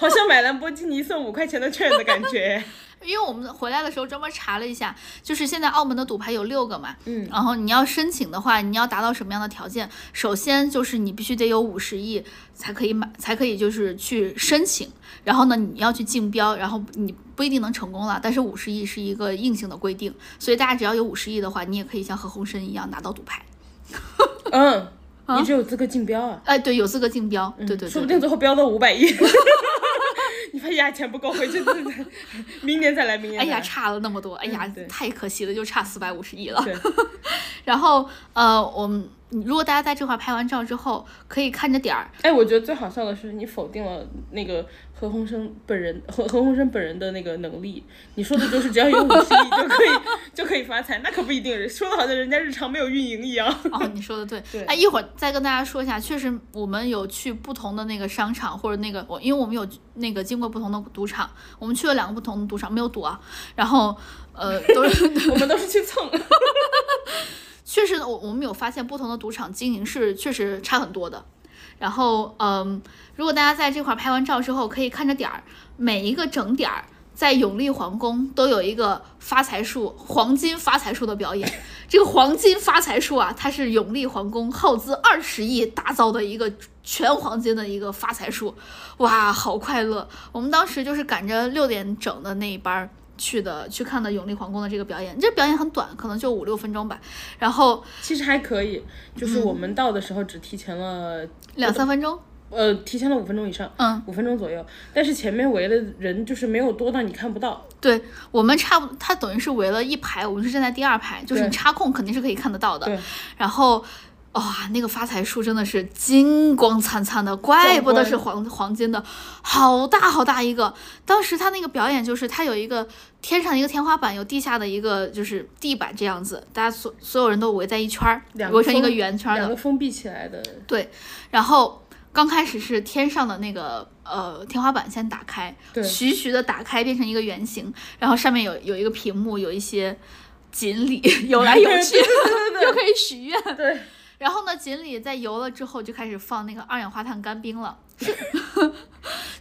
好像买兰博基尼送五块钱的券的感觉。 [LAUGHS]
因为我们回来的时候专门查了一下，就是现在澳门的赌牌有六个嘛，嗯，然后你要申请的话，你要达到什么样的条件？首先就是你必须得有五十亿才可以买，才可以就是去申请。然后呢，你要去竞标，然后你不一定能成功了，但是五十亿是一个硬性的规定，所以大家只要有五十亿的话，你也可以像何鸿燊一样拿到赌牌。
嗯，你只有资格竞标啊。
哎，对，有资格竞标，对对对
说不定最后标到五百亿。 [LAUGHS] 你发现呀钱不够，回去自己 [LAUGHS] 明年再来，明年
哎
再来
呀，差了那么多，哎呀
嗯对，
太可惜了，就差四百五十亿了。
对，
[LAUGHS] 然后呃，我们如果大家在这块拍完照之后，可以看着点
[LAUGHS]
儿，
哎，我觉得最好笑的是你否定了那个何鸿燊本人何何鸿燊本人的那个能力，你说的就是只要有五十亿就可以 [LAUGHS] 就可以发财，那可不一定，人说的好像人家日常没有运营
[LAUGHS]
一样。
哦，你说的对。哎，一会儿再跟大家说一下，确实我们有去不同的那个商场或者那个我，因为我们有那个经过不同的赌场，我们去了两个不同的赌场，没有赌啊。然后呃，都是
我们都是去蹭，
确实我我们有发现不同的赌场经营是确实差很多的。然后嗯，如果大家在这块儿拍完照之后，可以看着点儿，每一个整点儿。在永利皇宫都有一个发财树，黄金发财树的表演。这个黄金发财树啊，它是永利皇宫耗资二十亿打造的一个全黄金的一个发财树，哇，好快乐！我们当时就是赶着六点整的那一班儿去的，去看的永利皇宫的这个表演。这表演很短，可能就五六分钟吧，然后
其实还可以，就是我们到的时候只提前了，
两三分钟，
呃，提前了五分钟以上，
嗯，
五分钟左右，但是前面围的人就是没有多到你看不到，
对我们差不，他等于是围了一排，我们是站在第二排，就是你
对
插空肯定是可以看得到的
对。
然后，哇、那个发财树真的是金光灿灿的，怪不得是
壮
黄黄金的，好大好大一个。当时他那个表演就是他有一个天上一个天花板，有地下的一个就是地板这样子，大家所所有人都围在一圈儿，
两
围成一个
封
圆圈儿
两
的
个。封闭起
[LAUGHS]
来的，
然后刚开始是天上的那个呃天花板先打开，
对
徐徐的打开变成一个圆形，然后上面有有一个屏幕，有一些锦鲤 [LAUGHS] 游来游去， [LAUGHS] 又可以许愿。
对，
然后呢，锦鲤在游了之后就开始放那个二氧化碳干冰了。 [LAUGHS]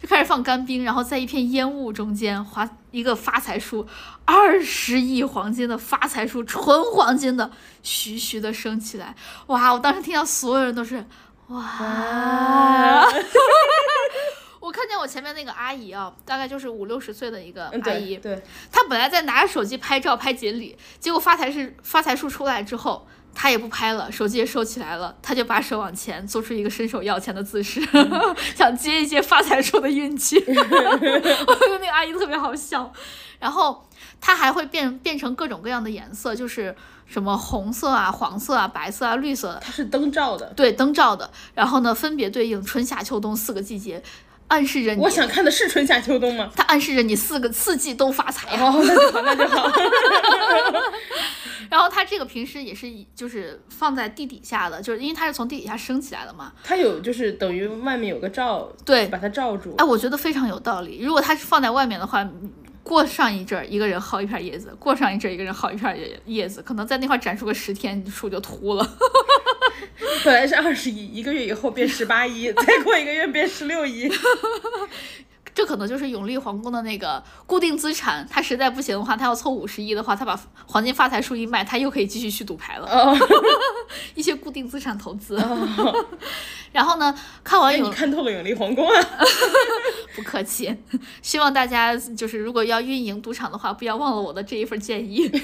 就开始放干冰，然后在一片烟雾中间，划一个发财树，二十亿黄金的发财树，纯黄金的，徐徐的升起来。哇！我当时听到所有人都是哇！我看见我前面那个阿姨啊，大概就是五六十岁的一个
嗯，
阿
对
姨，
对，
她本来在拿着手机拍照拍锦鲤，结果发财是发财树出来之后。她也不拍了，手机也收起来了，她就把手往前，做出一个伸手要钱的姿势，
嗯
[LAUGHS] 想接一接发财树的运
[LAUGHS]
气。我觉得那个阿姨特别好笑，然后它还会变变成各种各样的颜色，就是什么红色啊、黄色啊、白色啊、绿色的，
它是灯罩的。
对灯罩的，然后呢，分别对应春夏秋冬四个季节，暗示着你
我，想看的是春夏秋冬吗？
它暗示着你四个四季都发财呀。
哦，那就好，那就好。
[LAUGHS] 然后它这个平时也是以就是放在地底下的，就是因为它是从地底下升起来的嘛。
它有就是等于外面有个罩，
对，
把它罩住
哎，。我觉得非常有道理。如果它是放在外面的话，嗯过上一阵儿一个人薅一片叶子，过上一阵儿一个人薅一片叶叶子，可能在那块儿展出个十天，树就秃了。
本来是二十亿，一个月以后变十
[LAUGHS]
八亿，再过一个月变十六亿。
这可能就是永利皇宫的那个固定资产，它实在不行的话，它要凑五十亿的话，它把黄金发财树一卖，它又可以继续续赌牌了。
哦，
[LAUGHS] 一些固定资产投资。 [LAUGHS] 然后呢，看完
那
有
哎你看透了永利皇宫啊？
不客气，希望大家就是如果要运营赌场的话，不要忘了我的这一份建议。 [LAUGHS]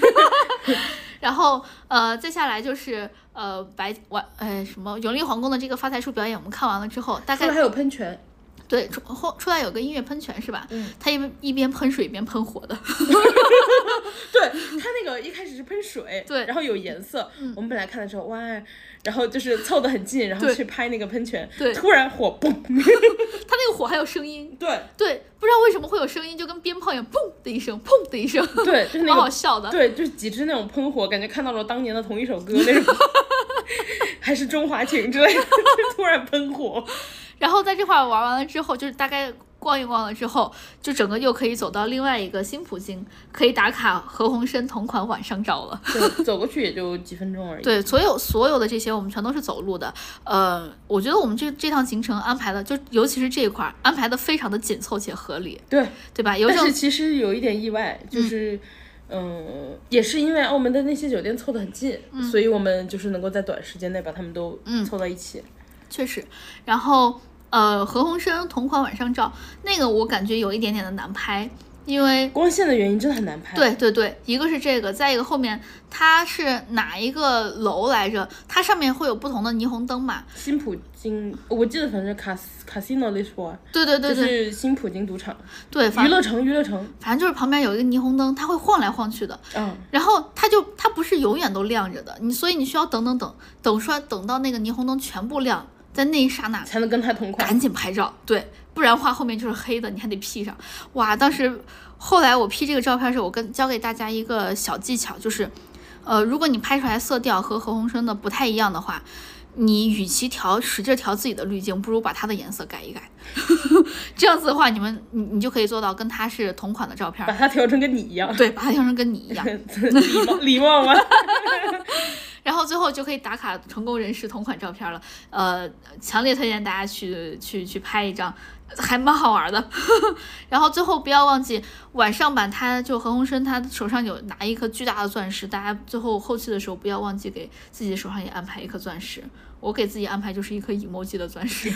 然后呃，再下来就是呃白晚呃什么永利皇宫的这个发财树表演，我们看完了之后，大
出来
概
还有喷泉，
对出后出来有个音乐喷泉是吧？
嗯，
它一边一边喷水一边喷火的，
对，它那个一开始是喷水，
对嗯
然后有颜色。我们本来看的时候，哇，然后就是凑得很近，然后
对
去拍那个喷泉，
对
突然火嘣， [LAUGHS]
它那个火还有声音。
对
对，不知道为什么会有声音，就跟鞭炮一样，砰的一声，砰的一声，
对，就是那
蛮
个
好笑的。
对，就是几支那种喷火，感觉看到了当年的同一首歌那种， [LAUGHS] 还是《中华情》之类的，就突然喷火。
然后在这块儿玩完了之后，就是大概逛一逛了之后，就整个又可以走到另外一个新葡京，可以打卡何鸿燊同款晚上照了。
[LAUGHS] 就走过去也就几分钟而已。
对，所有所有的这些我们全都是走路的。呃，我觉得我们这这趟行程安排的，就尤其是这一块儿安排的非常的紧凑且合理，
对，
对吧？邮
但
政
是其实有一点意外，就是，嗯、也是因为澳门的那些酒店凑得很近，所以我们就是能够在短时间内把他们都凑到一起。
确实，然后呃，何鸿燊同款晚上照那个我感觉有一点点的难拍，因为
光线的原因真的很难拍。，
对对对，一个是这个，再一个后面它是哪一个楼来着？它上面会有不同的霓虹灯嘛？
新普京，我记得反正是卡斯 Casino Lisboa，
对对对
就
对、
是新普京赌场，
对，
娱
反
乐城，娱乐城。
反正就是旁边有一个霓虹灯，它会晃来晃去的。
嗯，
然后它就它不是永远都亮着的，你所以你需要等等等等说等到那个霓虹灯全部亮，在那一刹那
才能跟他同款。
赶紧拍照，对，不然的话后面就是黑的，你还得 P 上。哇，当时后来我 P 这个照片的时候，我跟教给大家一个小技巧，就是，呃，如果你拍出来色调和何鸿燊的不太一样的话，你与其调使劲调自己的滤镜，不如把它的颜色改一改。 [LAUGHS] 这样子的话，你们你你就可以做到跟他是同款的照片
把
儿，
它调成跟你一样，
对，把它调成跟你一样。
[LAUGHS] 礼貌礼貌吗？
然后最后就可以打卡成功人士同款照片了。呃，强烈推荐大家去去去拍一张，还蛮好玩的。 [LAUGHS] 然后最后不要忘记晚上版，他就何鸿燊他手上有拿一颗巨大的钻石，大家最后后期的时候不要忘记给自己的手上也安排一颗钻石。我给自己安排就是一颗 emoji 的钻石。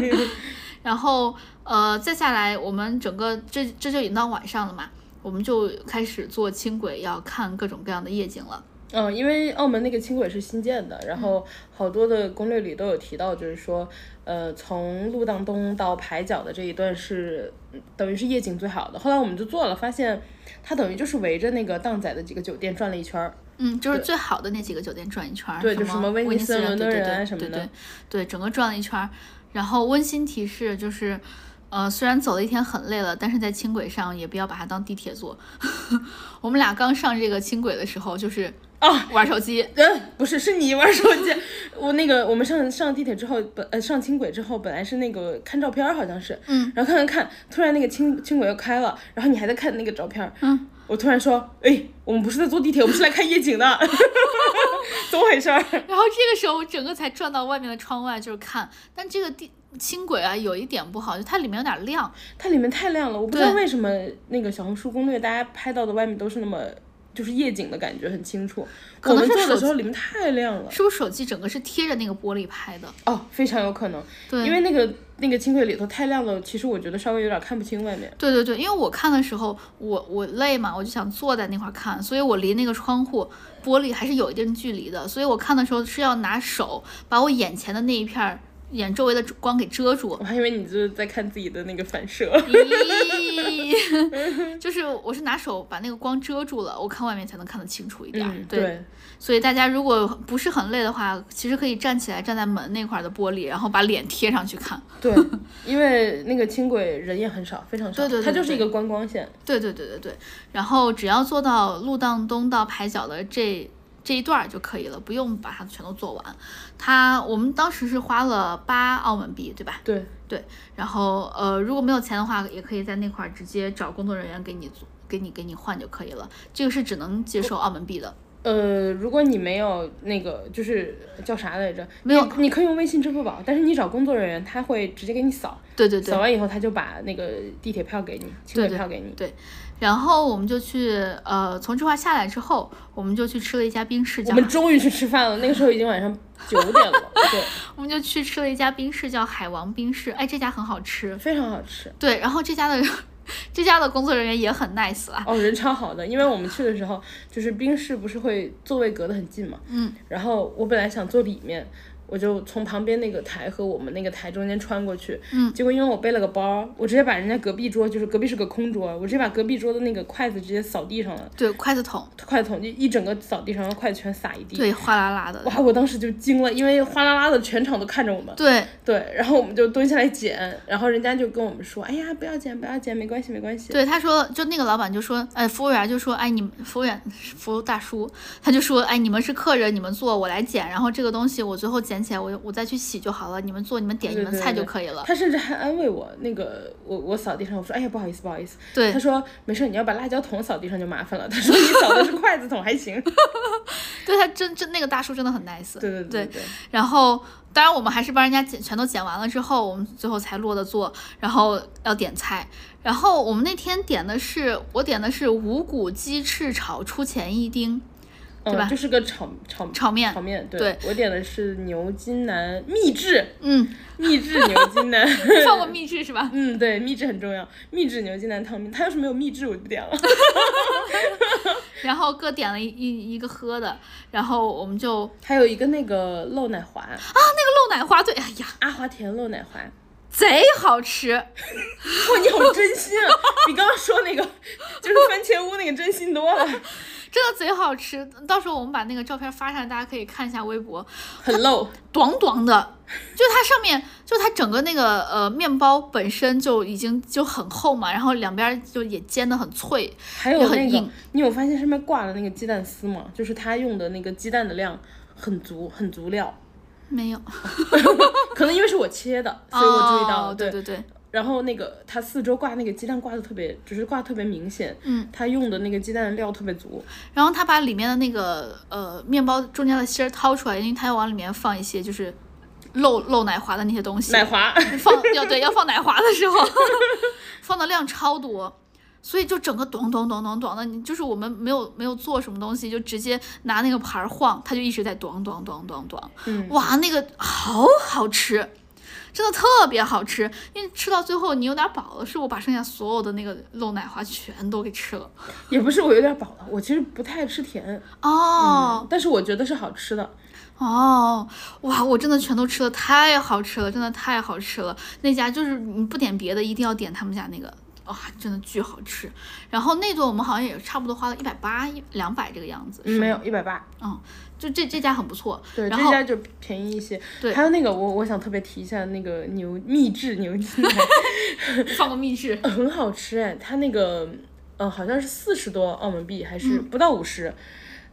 [LAUGHS]
然后呃，再下来我们整个这这就已经到晚上了嘛。我们就开始坐轻轨，要看各种各样的夜景了。
[LAUGHS] 嗯，因为澳门那个轻轨是新建的，然后好多的攻略里都有提到，就是说，呃，从路荡东到牌角的这一段是嗯等于是夜景最好的。后来我们就做了，发现它等于就是围着那个荡仔的几个酒店转了一圈儿。
嗯，就是
对
最好的那几个酒店转一圈儿，
对
什
就什么威
尼
尼斯伦
对
敦
对
人
对
啊什么
对
的
对对，整个转了一圈儿。然后温馨提示就是，呃，虽然走了一天很累了，但是在轻轨上也不要把它当地铁坐。 [LAUGHS] 我们俩刚上这个轻轨的时候，就是
啊
玩手机，
呃，不是，是你玩手机。 [LAUGHS] 我那个，我们上上地铁之后，本呃上轻轨之后，本来是那个看照片儿，好像是，
嗯，
然后看看看，突然那个轻轻轨又开了，然后你还在看那个照片儿，
嗯，
我突然说，哎，我们不是在坐地铁，我们是来看夜
[LAUGHS]
景的，怎么回事儿？
然后这个时候我整个才转到外面的窗外，就是看。但这个地轻轨啊，有一点不好，就它里面有点亮，
它里面太亮了，我不知道
对
为什么那个小红书攻略大家拍到的外面都是那么。就是夜景的感觉很清楚，
可
我
能
们
是
坐
手
的时候里面太亮了
是不是手机整个是贴着那个玻璃拍的？
哦，非常有可能，
对，
因为那个那个轻轨里头太亮了，其实我觉得稍微有点看不清外面。
对对对，因为我看的时候，我我累嘛，我就想坐在那块儿看，所以我离那个窗户玻璃还是有一定距离的，所以我看的时候是要拿手把我眼前的那一片儿眼周围的光给遮住
[LAUGHS] 我。还以为你就是在看自己的那个反射。
咦，就是我是拿手把那个光遮住了，我看外面才能看得清楚一点儿。
[LAUGHS] 嗯，
对，
对，
所以大家如果不是很累的话，其实可以站起来站在门那块儿的玻璃，然后把脸贴上去看。
[LAUGHS] 对，因为那个轻轨人也很少，非常少，
对对对
它就是
对
一个观光线。
对对对对对，然后只要做到路荡东到牌角的这这一段儿就可以了，不用把它全都做完。它我们当时是花了八澳门币，对吧？
对，
然后呃，如果没有钱的话，也可以在那块儿直接找工作人员给你做给你给你换就可以了。这个是只能接受澳门币的，
呃，如果你没有那个，就是叫啥来着？
没有
你，你可以用微信、支付宝，但是你找工作人员，他会直接给你扫，
对对对
扫。完以后他就把那个地铁票给你，轻
对
轨
对
票给你。
然后我们就去呃从这块儿下来之后，我们就去吃了一家冰室，
我
叫
们终于去吃饭了，那个时候已经晚上九点
[LAUGHS]
了，对，
我们就去吃了一家冰室，叫海王冰室。哎，这家很好吃，
非常好吃。
对，然后这家的这家的工作人员也很 nice 啊，
[LAUGHS] 哦，人超好的，因为我们去的时候，就是冰室不是会座位隔得很近嘛，
嗯，
然后我本来想坐里面，我就从旁边那个台和我们那个台中间穿过去，
嗯，
结果因为我背了个包，我直接把人家隔壁桌，就是隔壁是个空桌，我直接把隔壁桌的那个筷子直接扫地上了，
对，筷子桶，
筷子桶就一整个扫地上，然后筷子全撒一地，
对，哗啦啦的，
哇，我当时就惊了，因为哗啦啦的全场都看着我们，
对
对，然后我们就蹲下来捡，然后人家就跟我们说，哎呀，不要捡，不要捡，没关系，没关系，
对，他说，就那个老板就说，哎，服务员就说，哎，你们服务员服务大叔，他就说，哎，你们是客人，你们坐，我来捡，然后这个东西我最后捡捡起来，我我再去洗就好了。你们做你们点你
对
们
对
菜
对
就
对
可以了。
他甚至还安慰我，那个我我扫地上，我说哎呀不好意思不好意思，
对
他说没事，你要把辣椒桶扫地上就麻烦了。他说你扫
[LAUGHS]
的是筷子桶还行。
对他真真那个大叔真的很 nice。
对对
对
对，
然后当然我们还是帮人家剪，全都剪完了之后，我们最后才落的座，然后要点菜。然后我们那天点的是，我点的是五谷鸡翅炒出前一丁对吧
嗯，就是个炒炒
炒面
炒。面，对
对
我点的是牛津南秘制，
嗯，
[LAUGHS] 秘制牛津南。
[LAUGHS] 放过秘制是吧？
[LAUGHS] 嗯，对，秘制很重要，秘制牛津南汤面，他要是没有秘制，我就不点
[LAUGHS]
了。[LAUGHS]
然后各点了一一一个喝的，然后我们就啊
还有一个那个漏奶滑，
那个漏奶花对，哎呀，
阿华田漏奶滑，
贼好吃。
哇，你好真心啊，比刚刚说那个 [LAUGHS] 就是番茄屋那个真心多了，
真的贼好吃，到时候我们把那个照片发上来，大家可以看一下微博，
很漏。
短短的，就它上面，就它整个那个呃面包本身就已经就很厚嘛，然后两边就也煎的很脆，
还有
也很
那个
硬，
你有发现上面挂了那个鸡蛋丝吗？就是他用的那个鸡蛋的量很足，很足料。
没有，
可能因为是我切的，所以我注意到了。
哦、对对对，
然后那个它四周挂那个鸡蛋挂的特别，就是挂得特别明显。
嗯，
它用的那个鸡蛋的料特别足。
然后他把里面的那个呃面包中间的芯儿掏出来，因为他要往里面放一些就是漏漏奶滑的那些东西，
奶滑， [LAUGHS]
放 [LAUGHS] 要对要放奶滑的时候， [LAUGHS] 放的量超多，所以就整个咚咚咚咚咚的，你就是我们没有没有做什么东西，就直接拿那个盘儿晃，它就一直在咚咚咚咚咚，
嗯
哇，那个好好吃。真的特别好吃，因为吃到最后你有点饱了，是我把剩下所有的那个漏奶滑全都给吃了。
也不是我有点饱了，我其实不太爱吃甜，
哦、
但是我觉得是好吃的。
哦，哇，我真的全都吃的太好吃了，真的太好吃了。那家就是你不点别的，一定要点他们家那个，哇、真的巨好吃。然后那顿我们好像也差不多花了一百八、一两百这个样子，是
没
吗，
有一百八，
嗯，就这这家很不
[LAUGHS]
错。
对，
然
这
后
家就便宜一些。
对
还有那个我我想特别提一下那个牛秘制
[LAUGHS]
牛筋奶，
放个秘制，
很好吃哎，它那个呃好像是四十多澳门币还是不到五十、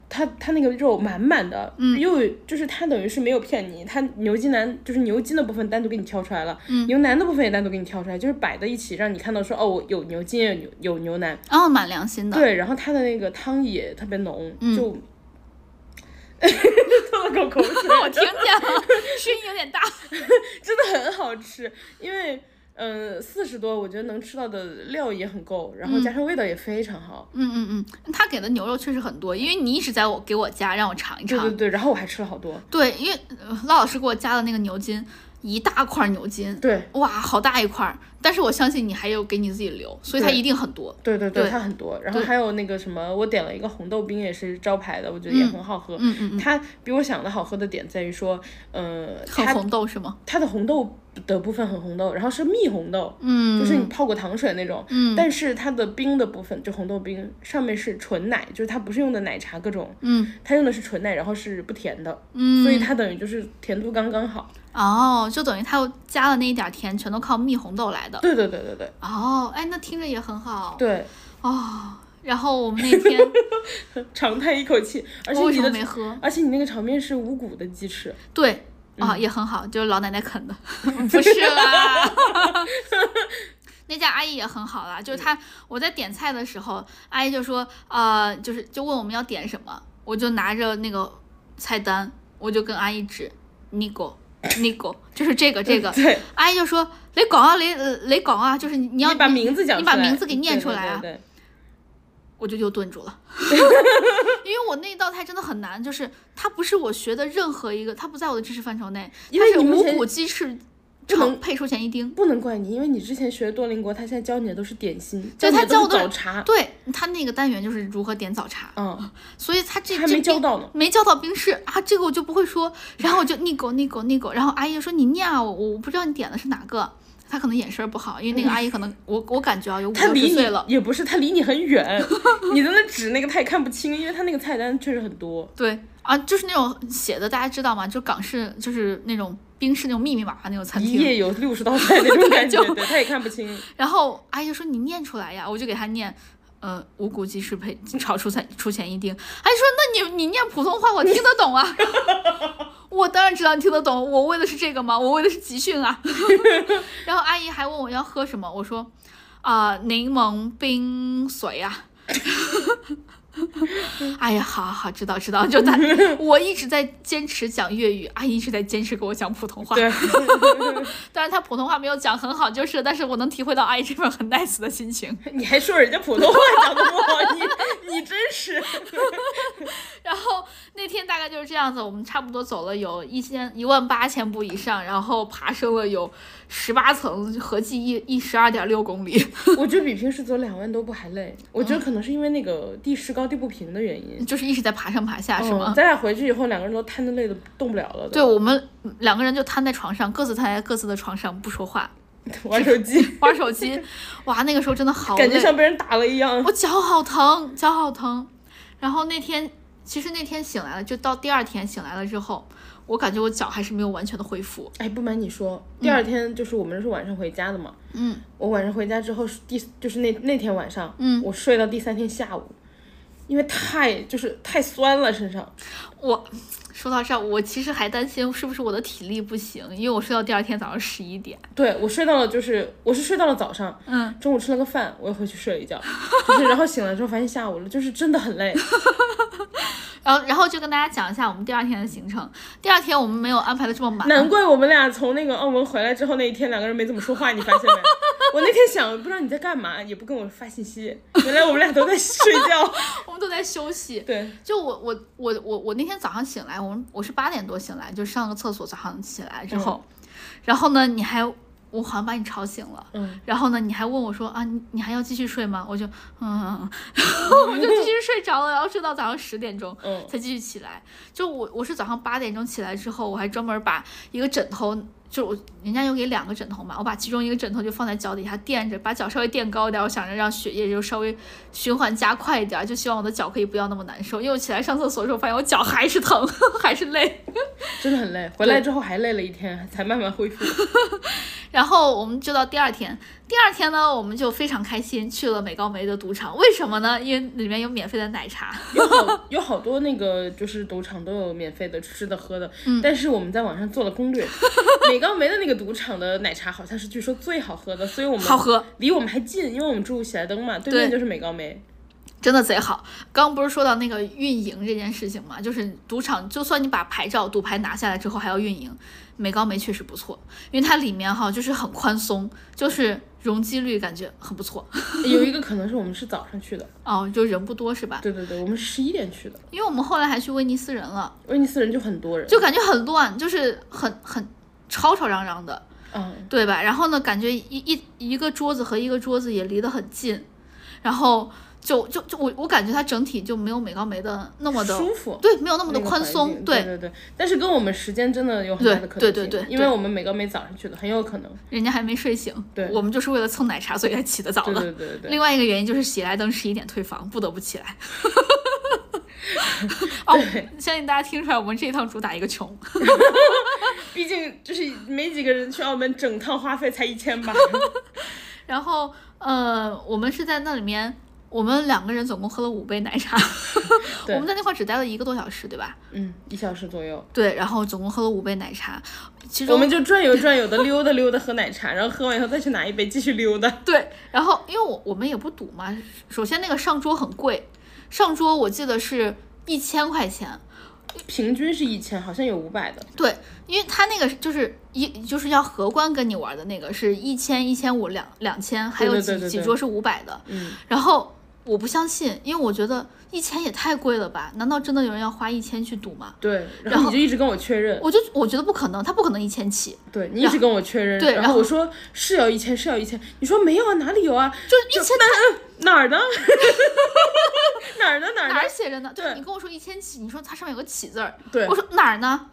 它它那个肉满满的，嗯，又有就是它等于是没有骗你，它牛筋腩就是牛筋的部分单独给你挑出来了，嗯，牛腩的部分也单独给你挑出来，就是摆在一起让你看到说哦，我有牛筋也有牛有牛腩，
然后哦蛮良心的。
对， [LAUGHS] 然后它的那个汤也特别浓，就 [LAUGHS] 吐了口口水，
我听见了，声音有点大。
真的很好吃，因为。嗯，四十多，我觉得能吃到的料也很够，然后加上味道也非常好。
嗯嗯嗯，他给的牛肉确实很多，因为你一直在我给我加，让我尝一尝。
对对对，然后我还吃了好多。
对，因为呃老老师给我加的那个牛筋，一大块牛筋，
对
哇，好大一块儿！但是我相信你还有给你自己留，所以它
对
一定很多。
对对对，
对
它很多。然后还有那个什么，我点了一个红豆冰，也是招牌的，我觉得
嗯
也很好喝。
嗯嗯嗯，
它比我想的好喝的点在于说，呃，
很
它
红豆是吗？
它的红豆的部分很红豆，然后是蜜红豆，
嗯，
就是你泡过糖水那种。
嗯
但是它的冰的部分，就红豆冰上面是纯奶，就是它不是用的奶茶各种，
嗯
它用的是纯奶，然后是不甜的，
嗯，
所以它等于就是甜度刚刚好。
哦，就等于它加了那一点儿甜，全都靠蜜红豆来的。
对对对对对
哦，哎，那听着也很好。
对，
哦，然后我们那天
长叹一口气。而
我
且
为什么
你的
哦没喝？
而且你那个炒面是无骨的鸡翅，，
对。啊、也很好，就是老奶奶啃的， [LAUGHS] 不是啦。 [LAUGHS] 那家阿姨也很好啦，就是她，我在点菜的时候，阿姨就说，呃，就是就问我们要点什么，我就拿着那个菜单，我就跟阿姨指，那个，那个，就是这个这个
[LAUGHS]
[LAUGHS]
对，
阿姨就说，雷广啊，雷呃雷广啊，就是你你要
你把名字讲
你
出
把
来，
名字给念
对
出来啊
对对对
我就又顿住
[LAUGHS]
了，因为我那道菜真的很难，就是它不是我学的任何一个，它不在我的知识范畴内，
因为
它是
你目
五
前
谷鸡翅
不
炒
能
配出前一丁，
不能怪你，因为你之前学多邻国，他现在教你的都是点心，
对
你
他
的都
教
是
我的
早茶，
对它那个单元就是如何点早茶，
嗯，
所以它这
还
这
没教
冰
到呢。
没教到冰室啊，这个我就不会说，然后我就那狗那狗那狗，然后阿姨就说你念啊，我我不知道你点的是哪个，她可能眼神儿不好，因为那个阿姨可能我我感觉啊有五
他
六
嗯离
十
你
岁了，
也不是，他离你
[LAUGHS]
很远，你在那指那个他也看不清，因为他那个菜单确实很多。
对啊，就是那种写的大家知道吗？就港式就是那种冰室那种密密麻麻那种餐
一
厅，
页有
[LAUGHS]
六十道菜那种感觉，
就
对，他也看不清。
哎然后阿姨就说你念出来呀，我就给她念，呃，无骨鸡是配炒出前出前一丁，还说那你你念普通话我听得懂啊， [LAUGHS] 我当然知道你听得懂，我为的是这个吗？我为的是集训啊。 [LAUGHS] 然后阿姨还问我要喝什么，我说啊、柠檬冰水呀、 [LAUGHS] 哎呀，好好好，知道知道，就在 [LAUGHS] 我一直在坚持讲粤语，阿姨一直在坚持给我讲普通话。
对，
当然她普通话没有讲很好，就是，但是我能体会到阿姨这份很 [LAUGHS] nice 的心情。
你还说人家普通话讲的不好，你你真
[LAUGHS]
是，
然后那天大概就是这样子，我们差不多走了有一千一万八千步以上，然后爬升了有十八层，合计一一十二点六公里， [LAUGHS]
我觉得比平时走两万多步还累。我觉得可能是因为那个地势高地不平的原因。
就是一直在爬上爬下，是
嗯
吗？
咱俩回去以后，两个人都瘫的累的动不了了，
对，我们两个人就瘫在床上，各自瘫在各自的床上不说话，
都，玩手机，
玩手
[LAUGHS]
机。哇，那个时候真的好累，
感觉像被人打了一样。
我脚好疼，脚好疼。然后那天，其实那天醒来了，就到第二天醒来了之后，我感觉我脚还是没有完全的恢复。
哎，不瞒你说，第二天就是我们是晚上回家的嘛。
嗯。
我晚上回家之后是第就是那那天晚上，
嗯，
我睡到第三天下午，因为太就是太酸了身上。
我说到这儿，我其实还担心是不是我的体力不行，因为我睡到第二天早上十一点。
对我睡到了就是我是睡到了早上，
嗯，
中午吃了个饭，我又回去睡了一觉， [LAUGHS] 就是然后醒来之后发现下午了，就是真的很累。
然后然后就跟大家讲一下我们第二天的行程。第二天我们没有安排的这么满，
[LAUGHS] 难怪我们俩从那个澳门回来之后那一天，两个人没怎么说话，你发现 [LAUGHS] 没？我那天想，不知道你在干嘛，也不跟我发信息，原来我们俩都在睡 [LAUGHS] 觉。
我们都在休息。
对，
就我我我我我那天早上醒来，我我是八点多醒来，就上个厕所，早上起来之后，然后呢，你还我好像把你吵醒了，
嗯，
然后呢，你还问我说啊，你你还要继续睡吗？我就嗯
[LAUGHS]
嗯，嗯我就继续睡着了，然后睡到早上十点钟，
嗯
才继续起来。就我我是早上八点钟起来之后，我还专门把一个枕头。就我人家有给两个枕头嘛，我把其中一个枕头就放在脚底下垫着，把脚稍微垫高一点，我想着让血液就稍微循环加快一点，就希望我的脚可以不要那么难受。因为我起来上厕所的时候，发现我脚还是疼， [LAUGHS] 还是累。
真的很累，回来之后还累了一天，才慢慢恢 [LAUGHS] 复。
然后我们就到第二天，第二天呢，我们就非常开心，去了美高梅的赌场。为什么呢？因为里面有免费的奶茶。
有好有好多那个就是赌场都有免费的吃的喝的，但是我们在网上做了攻 [LAUGHS] 略，美高梅的那个赌场的奶茶好像是据说最好喝的，所以我们
好喝，
离我们还近，因为我们住喜来登嘛，对面
对
就是美高梅。
真的贼好。刚不是说到那个运营这件事情嘛，就是赌场，就算你把牌照、赌牌拿下来之后，还要运营。美高梅确实不错，因为它里面哈就是很宽松，就是容积率感觉很不错。
有一个可能是我们是早上去的，
哦，就人不多是吧？
对对对，我们是十一点去的，
因为我们后来还去威尼斯人了，
威尼斯人就很多人，
就感觉很乱，就是很很吵吵嚷嚷的，
嗯，
对吧？然后呢，感觉一一一个桌子和一个桌子也离得很近，然后就就就我我感觉它整体就没有美高梅的那么的
舒服。
对，没有那么
那
的
个
宽
环
松，
境对对对，但是跟我们时间真的有很
对
大的可能性，
对对对
因为
对
我们美高梅早上去的，很有可能，
人家还没睡醒，
对
我们就是为了蹭奶茶，所以才起得早
对
的。
对对对对。
另外一个原因就是喜来登十一点退房，不得不
[LAUGHS]
起来。哦，相信大家听出来，我们这一趟主打一个穷，
毕竟就是没几个人去澳门，整趟花费才一千
[LAUGHS]
八。
然后呃，我们是在那里面，我们两个人总共喝了五杯奶
[LAUGHS]
茶，
对
我们在那块儿只待了一个多小时，对吧？
嗯，一小时左右，
对，然后总共喝了五杯奶茶，其
我
中
们就转悠
[LAUGHS]
转悠的溜达溜达喝奶茶，然后喝完以后再去拿一杯继续溜达。
对，然后因为我我们也不赌嘛，首先那个上桌很贵，上桌我记得是一千块钱，
平均是一千，好像有五百的。
对，因为他那个就是一就是要荷官跟你玩的那个是一千一千五两两千，还有
对
几
对对对
几
对
桌是五百的，
嗯，
然后我不相信，因为我觉得一千也太贵了吧？难道真的有人要花一千去赌吗？
对。
然
然后
后
你就一直跟我确认，
我就我觉得不可能，他不可能一千起，
对你一直跟我确认。
对
然
然
后
后
我说是有一千，是有一千，你说没有啊，哪里有啊？ [LAUGHS]
就是一千
哪儿呢？哪儿呢？哪儿
哪
呢
儿？写着呢？
对
对你跟我说一千起，你说它上面有个起字儿，
对
[LAUGHS] 我说哪儿呢？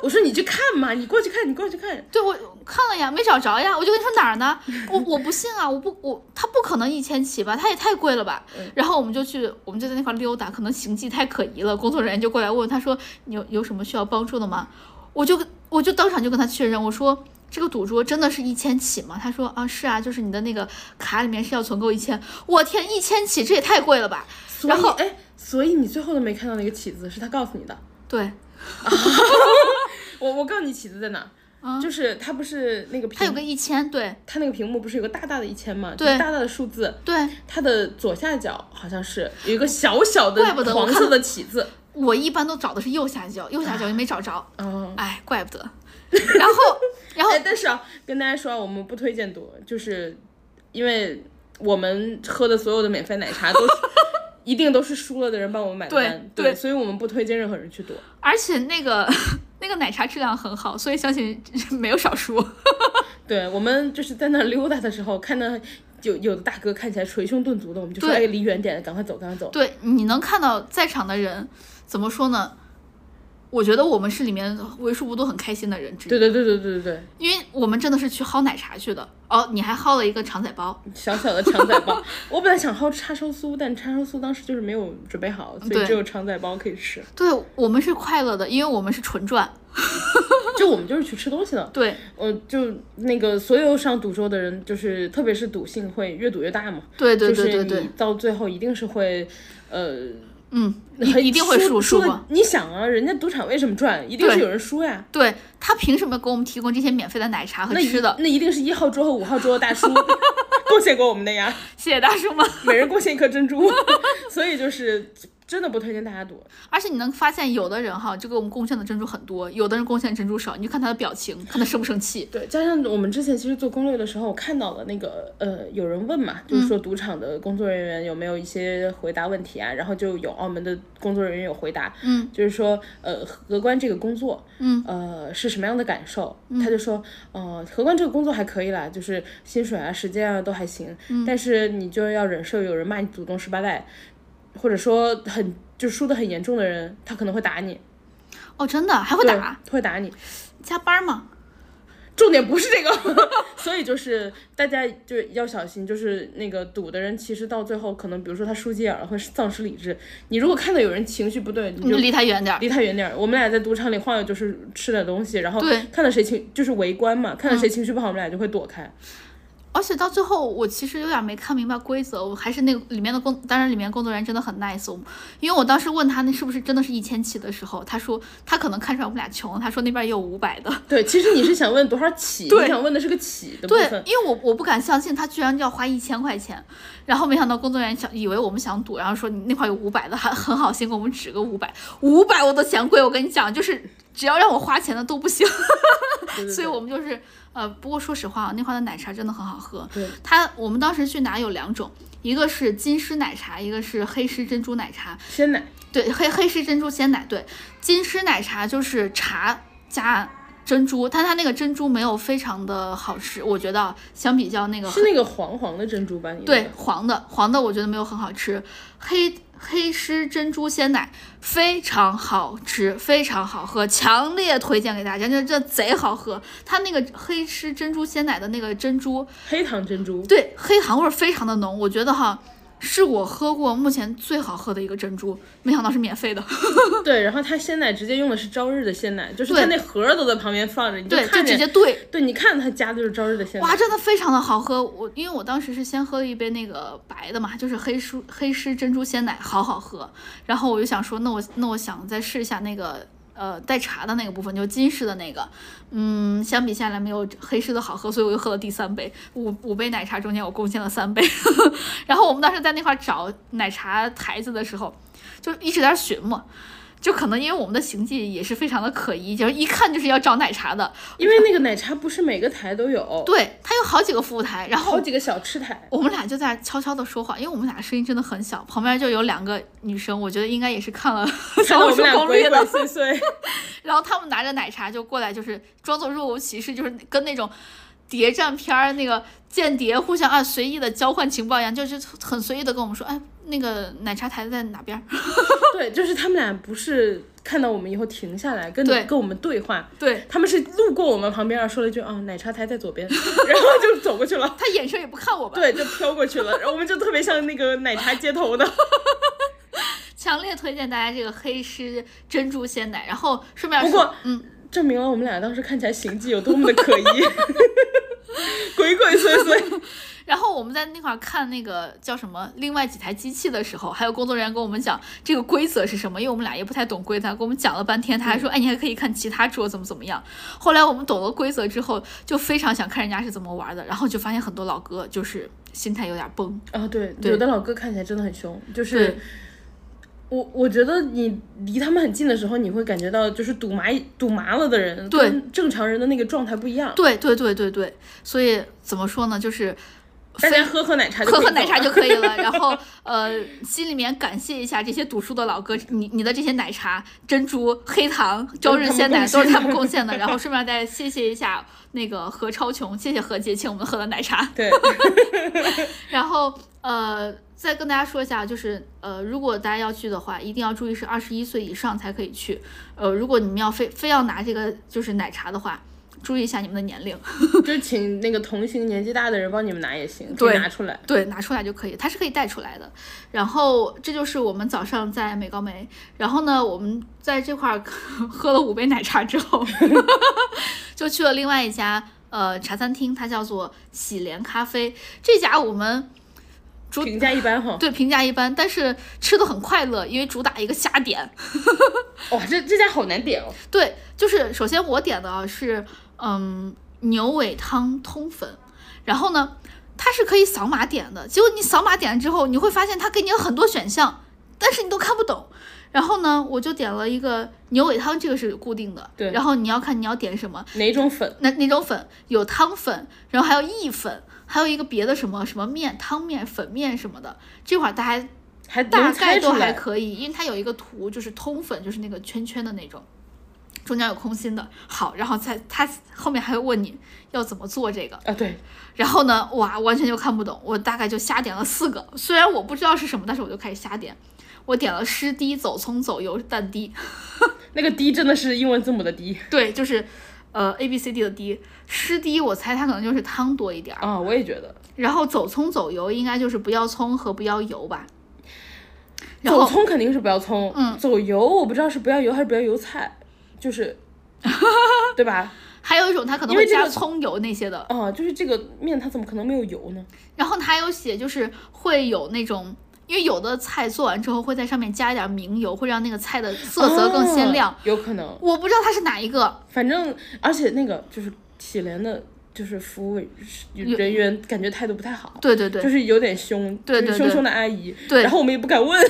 我说你去看嘛，你过去看，你过去看。
对我看了呀，没找着呀，我就跟你说哪儿呢？我我不信啊，我不我他不可能一千起吧，他也太贵了吧。然后我们就去，我们就在那块溜达，可能行迹太可疑了，工作人员就过来问他说你有有什么需要帮助的吗？我就我就当场就跟他确认，我说这个赌桌真的是一千起吗？他说啊是啊，就是你的那个卡里面是要存够一千。我天，一千起这也太贵了吧！
所以
然后
哎，所以你最后都没看到那个起子，是他告诉你的。
对，
我我告诉你起子在哪儿，就是它不是那个屏，
它啊有个一千，对
它那个屏幕不是有个大大的一千吗？
对
就大大的数字，
对，
它的左下角好像是有一个小小的
怪不得我
黄
看
色的起子。
我一般都找的是右下角，右下角也没找着，
哦，
哎，怪不得。 [LAUGHS] 然后，然后
哎，但是啊，跟大家说啊，我们不推荐赌，就是因为我们喝的所有的免费奶茶
[LAUGHS]
都是一定都是输了的人帮我们买的
对
单，
对
所以我们不推荐任何人去赌。
而且那个 [LAUGHS] 那个奶茶质量很好，所以相信 [LAUGHS] 没有少输。
对我们就是在那儿溜达的时候，看到有有的大哥看起来捶胸顿足的，我们就说哎
对
离远点，赶快走，赶快走。
对，你能看到在场的人怎么说呢？我觉得我们是里面为数不多很开心的人之一，
对对对对对对对，
因为我们真的是去薅奶茶去的。哦，你还薅了一个肠仔包，
小小的肠仔
[LAUGHS]
包，我本来想薅叉烧酥，但叉烧酥当时就是没有准备好，所以
嗯对
只有肠仔包可以吃。
对我们是快乐的，因为我们是纯赚。
就我们就是去吃东西的，
对
我就那个所有上赌桌的人，就是特别是赌性会越赌越大嘛，
对对对对
就是你
对，
到最后一定是会，呃， [LAUGHS]
嗯，
很
一一定会输
输
输
的
光。
你想啊，人家赌场为什么赚？一定是
对
有人输呀。
对他凭什么给我们提供这些免费的奶茶和
那一
吃的？
那一定是一号桌和五号桌的大叔 [LAUGHS] 贡献给我们的呀，
谢谢大叔们。
每人贡献一颗珍珠， [LAUGHS] 所以就是真的不推荐大家赌。
而且你能发现，有的人哈就给我们贡献的珍珠很多，有的人贡献珍珠少，你就看他的表情，看他生不生气。
对，加上我们之前其实做攻略的时候，我看到了那个呃，有人问嘛，就是
嗯
说赌场的工作人员有没有一些回答问题啊？然后就有澳门的工作人员有回答，
嗯，
就是说呃，荷官这个工作，
嗯，
呃，是什么样的感受？他就说，呃，荷官这个工作还可以啦，就是薪水啊、时间啊都还行，
嗯
但是你就要忍受有人骂你祖宗十八代，或者说很就输得很严重的人，他可能会打你，
哦，真的还会
对
打，
会打你。
加班吗？
重点不是这个， [LAUGHS] 所以就是大家就要小心，就是那个赌的人，其实到最后可能，比如说他输急眼了，会丧失理智。你如果看到有人情绪不对，你
你就
就
离他远点儿。
离他远点儿。我们俩在赌场里晃悠，就是吃点东西，然后
对
看到谁情就是围观嘛，看到谁情绪不好，我们俩就会躲开。
嗯而且到最后，我其实有点没看明白规则，我还是那个里面的工，当然里面工作人员真的很 nice 我们。因为我当时问他那是不是真的是一千起的时候，他说他可能看出来我们俩穷，他说那边也有五百的。
对，其实你是想问多少起，
对
你想问的是个起的部
对
分，。
因为我我不敢相信他居然要花一千块钱，然后没想到工作人员想以为我们想赌，然后说你那块有五百的，还很好心给我们指个五百，五百我都嫌贵。我跟你讲，就是只要让我花钱的都不行， [LAUGHS]
对对
所以
对
我们就是呃，不过说实话啊，那块的奶茶真的很好喝。
对
它我们当时去拿有两种，一个是金狮奶茶，一个是黑狮珍珠奶茶。
鲜奶
对，黑黑狮珍珠鲜奶，对，金狮奶茶就是茶加珍珠，但它那个珍珠没有非常的好吃，我觉得啊相比较那个
是
很
那个黄黄的珍珠吧？你那
对
个
黄的黄的，我觉得没有很好吃，黑黑狮珍珠鲜奶非常好吃，非常好喝，强烈推荐给大家，这这贼好喝，它那个黑狮珍珠鲜奶的那个珍珠，
黑糖珍珠，
对，黑糖味儿非常的浓，我觉得哈。是我喝过目前最好喝的一个珍珠，没想到是免费的。
对，然后它鲜奶直接用的是朝日的鲜奶，就是
对
它那盒儿都在旁边放着，你
对，就
看
直
着
接兑。
对，你看它加的就是朝日的鲜奶
哇，。真的非常的好喝。我因为我当时是先喝了一杯那个白的嘛，就是黑舒黑狮珍珠鲜奶，好好喝。然后我就想说，那我那我想再试一下那个呃带茶的那个部分，就金狮的那个。嗯，相比下来没有黑狮的好喝，所以我又喝了第三杯。五五杯奶茶中间我贡献了三杯。 [LAUGHS] 然后我们当时在那块儿找奶茶台子的时候，就一直在那儿寻摸。就可能因为我们的行迹也是非常的可疑，就是一看就是要找奶茶的。
因为那个奶茶不是每个台都有，
对，它有好几个服务台，然后
好几个小吃台。
我们俩就在悄悄的说话，因为我们俩声音真的很小，旁边就有两个女生，我觉得应该也是看了 [LAUGHS] 《
看
小
得我
红
们
书
俩
攻
鬼
略》
鬼
的，
祟祟，
[LAUGHS] 然后他们拿着奶茶就过来，就是装作若无其事，就是跟那种谍战片儿啊那个间谍互相啊随意的交换情报一样，就是很随意的跟我们说，哎，那个奶茶台在哪边儿？
对，就是他们俩不是看到我们以后停下来跟
对
跟我们 [LAUGHS] 对话，
对
他们是路过我们旁边，然后说了一句啊、奶茶台在左边， [LAUGHS] 然后就走过去了，
他眼神也不看我们，
对，就飘过去了，然后我们就特别像那个奶茶街头的，
强烈推荐大家这个黑狮珍珠鲜奶。然后顺便
不
说
过，
嗯，
证明了我们俩当时看起来行迹有多么的可疑， [LAUGHS] 鬼鬼祟祟。
然后我们在那块儿看那个叫什么，另外几台机器的时候，还有工作人员跟我们讲这个规则是什么，因为我们俩也不太懂规则，给我们讲了半天，他还说，哎，你还可以看其他桌怎么怎么样。后来我们懂了规则之后，就非常想看人家是怎么玩的，然后就发现很多老哥就是心态有点崩，
啊，对，
对
有的老哥看起来真的很凶，就是
对
我我觉得你离他们很近的时候，你会感觉到就是赌麻赌麻了的人，
对
跟正常人的那个状态不一样。
对对对对对，所以怎么说呢，就是
大
非
家喝喝奶茶就
喝
可以
喝
走
奶茶
了
就可以了。然后呃，心里面感谢一下这些赌输的老哥，你你的这些奶茶、珍珠、黑糖、朝日鲜奶都
都
是
是
他
他
们
们
贡 [LAUGHS]
贡
献的。然后顺便再谢谢一下那个何超琼，谢谢何洁请我们喝的奶茶。
对，
[LAUGHS] 然后呃，再跟大家说一下，就是呃，如果大家要去的话，一定要注意是二十一岁以上才可以去。呃，如果你们要非非要拿这个就是奶茶的话，注意一下你们的年龄，
就请那个同行年纪大的人帮你们拿也行，可
对
以拿出来。
对，拿出来就可以，它是可以带出来的。然后这就是我们早上在美高梅，然后呢，我们在这块儿喝了 [LAUGHS] 五杯奶茶之后， [LAUGHS] 就去了另外一家呃茶餐厅，它叫做喜莲咖啡。这家我们主
评价一般哈，
对，评价一般，但是吃的很快乐，因为主打一个瞎点。
哇、这这家好难点哦。
对，就是首先我点的啊是嗯牛尾汤通粉，然后呢它是可以扫码点的，结果你扫码点了之后，你会发现它给你有很多选项，但是你都看不懂。然后呢，我就点了一个牛尾汤，这个是固定的。
对
然后你要看你要点什么，
哪种粉？
那那种粉有汤粉，然后还有意粉，还有一个别的什么什么面汤面粉面什么的，这会儿大家
还
大
能
概
猜
都
出
还
来，
可以，因为它有一个图，就是通粉，就是那个圈圈的那种，中间有空心的。好，然后再它后面还会问你要怎么做这个，
啊？对，
然后呢，哇，完全就看不懂，我大概就瞎点了四个，虽然我不知道是什么，但是我就开始瞎点。我点了湿滴、走葱、走油、蛋滴，
那个滴真的是英文字母的滴
[LAUGHS] 对，就是。呃，A B C D 的滴，湿滴，我猜它可能就是汤多一点儿，
啊！我也觉得，
然后走葱走油应该就是不要葱和不要油吧，然后
走葱肯定是不要葱，
嗯
走油我不知道是不要油还是不要油菜，
[LAUGHS]
就是，对吧？
还有一种它可能
因
会
为这
加
个
葱油那些的，
啊，就是这个面它怎么可能没有油呢？
然后它还有写，就是会有那种，因为有的菜做完之后会在上面加一点明油，会让那个菜的色泽更鲜亮。
啊有可能。
我不知道它是哪一个，
反正而且那个就是喜莲的，就是服务人员感觉态度不太好，
对对对、
就是有点凶，
对
就是
对对
凶凶的阿姨。
对
然，后我们也不敢
[LAUGHS]
问，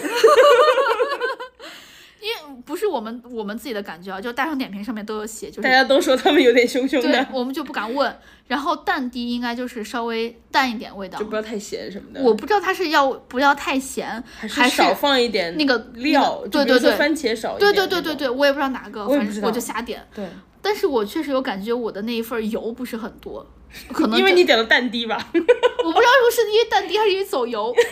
不是我们我们自己的感觉啊，就是大众点评上面都有写，就
大
是
家都说他们有点凶凶
对
的，，
我们就不敢问。然后淡滴应该就是稍微淡一点味道
就，不要太咸什么的。
我不知道它是要不要太咸，
还
还
是
是
少放一点
那个
料，
那个
就
对
比如
对
说
对
番茄少一
对对
点那种。
对对对，我也不知道哪个，
我也
反
不知
正
道
我就瞎点。
对
但是我确实有感觉我的那一份油不是很多，可能
因为
就
你点了蛋滴吧？
我不知道说是因为淡滴还是因为走油。 [LAUGHS]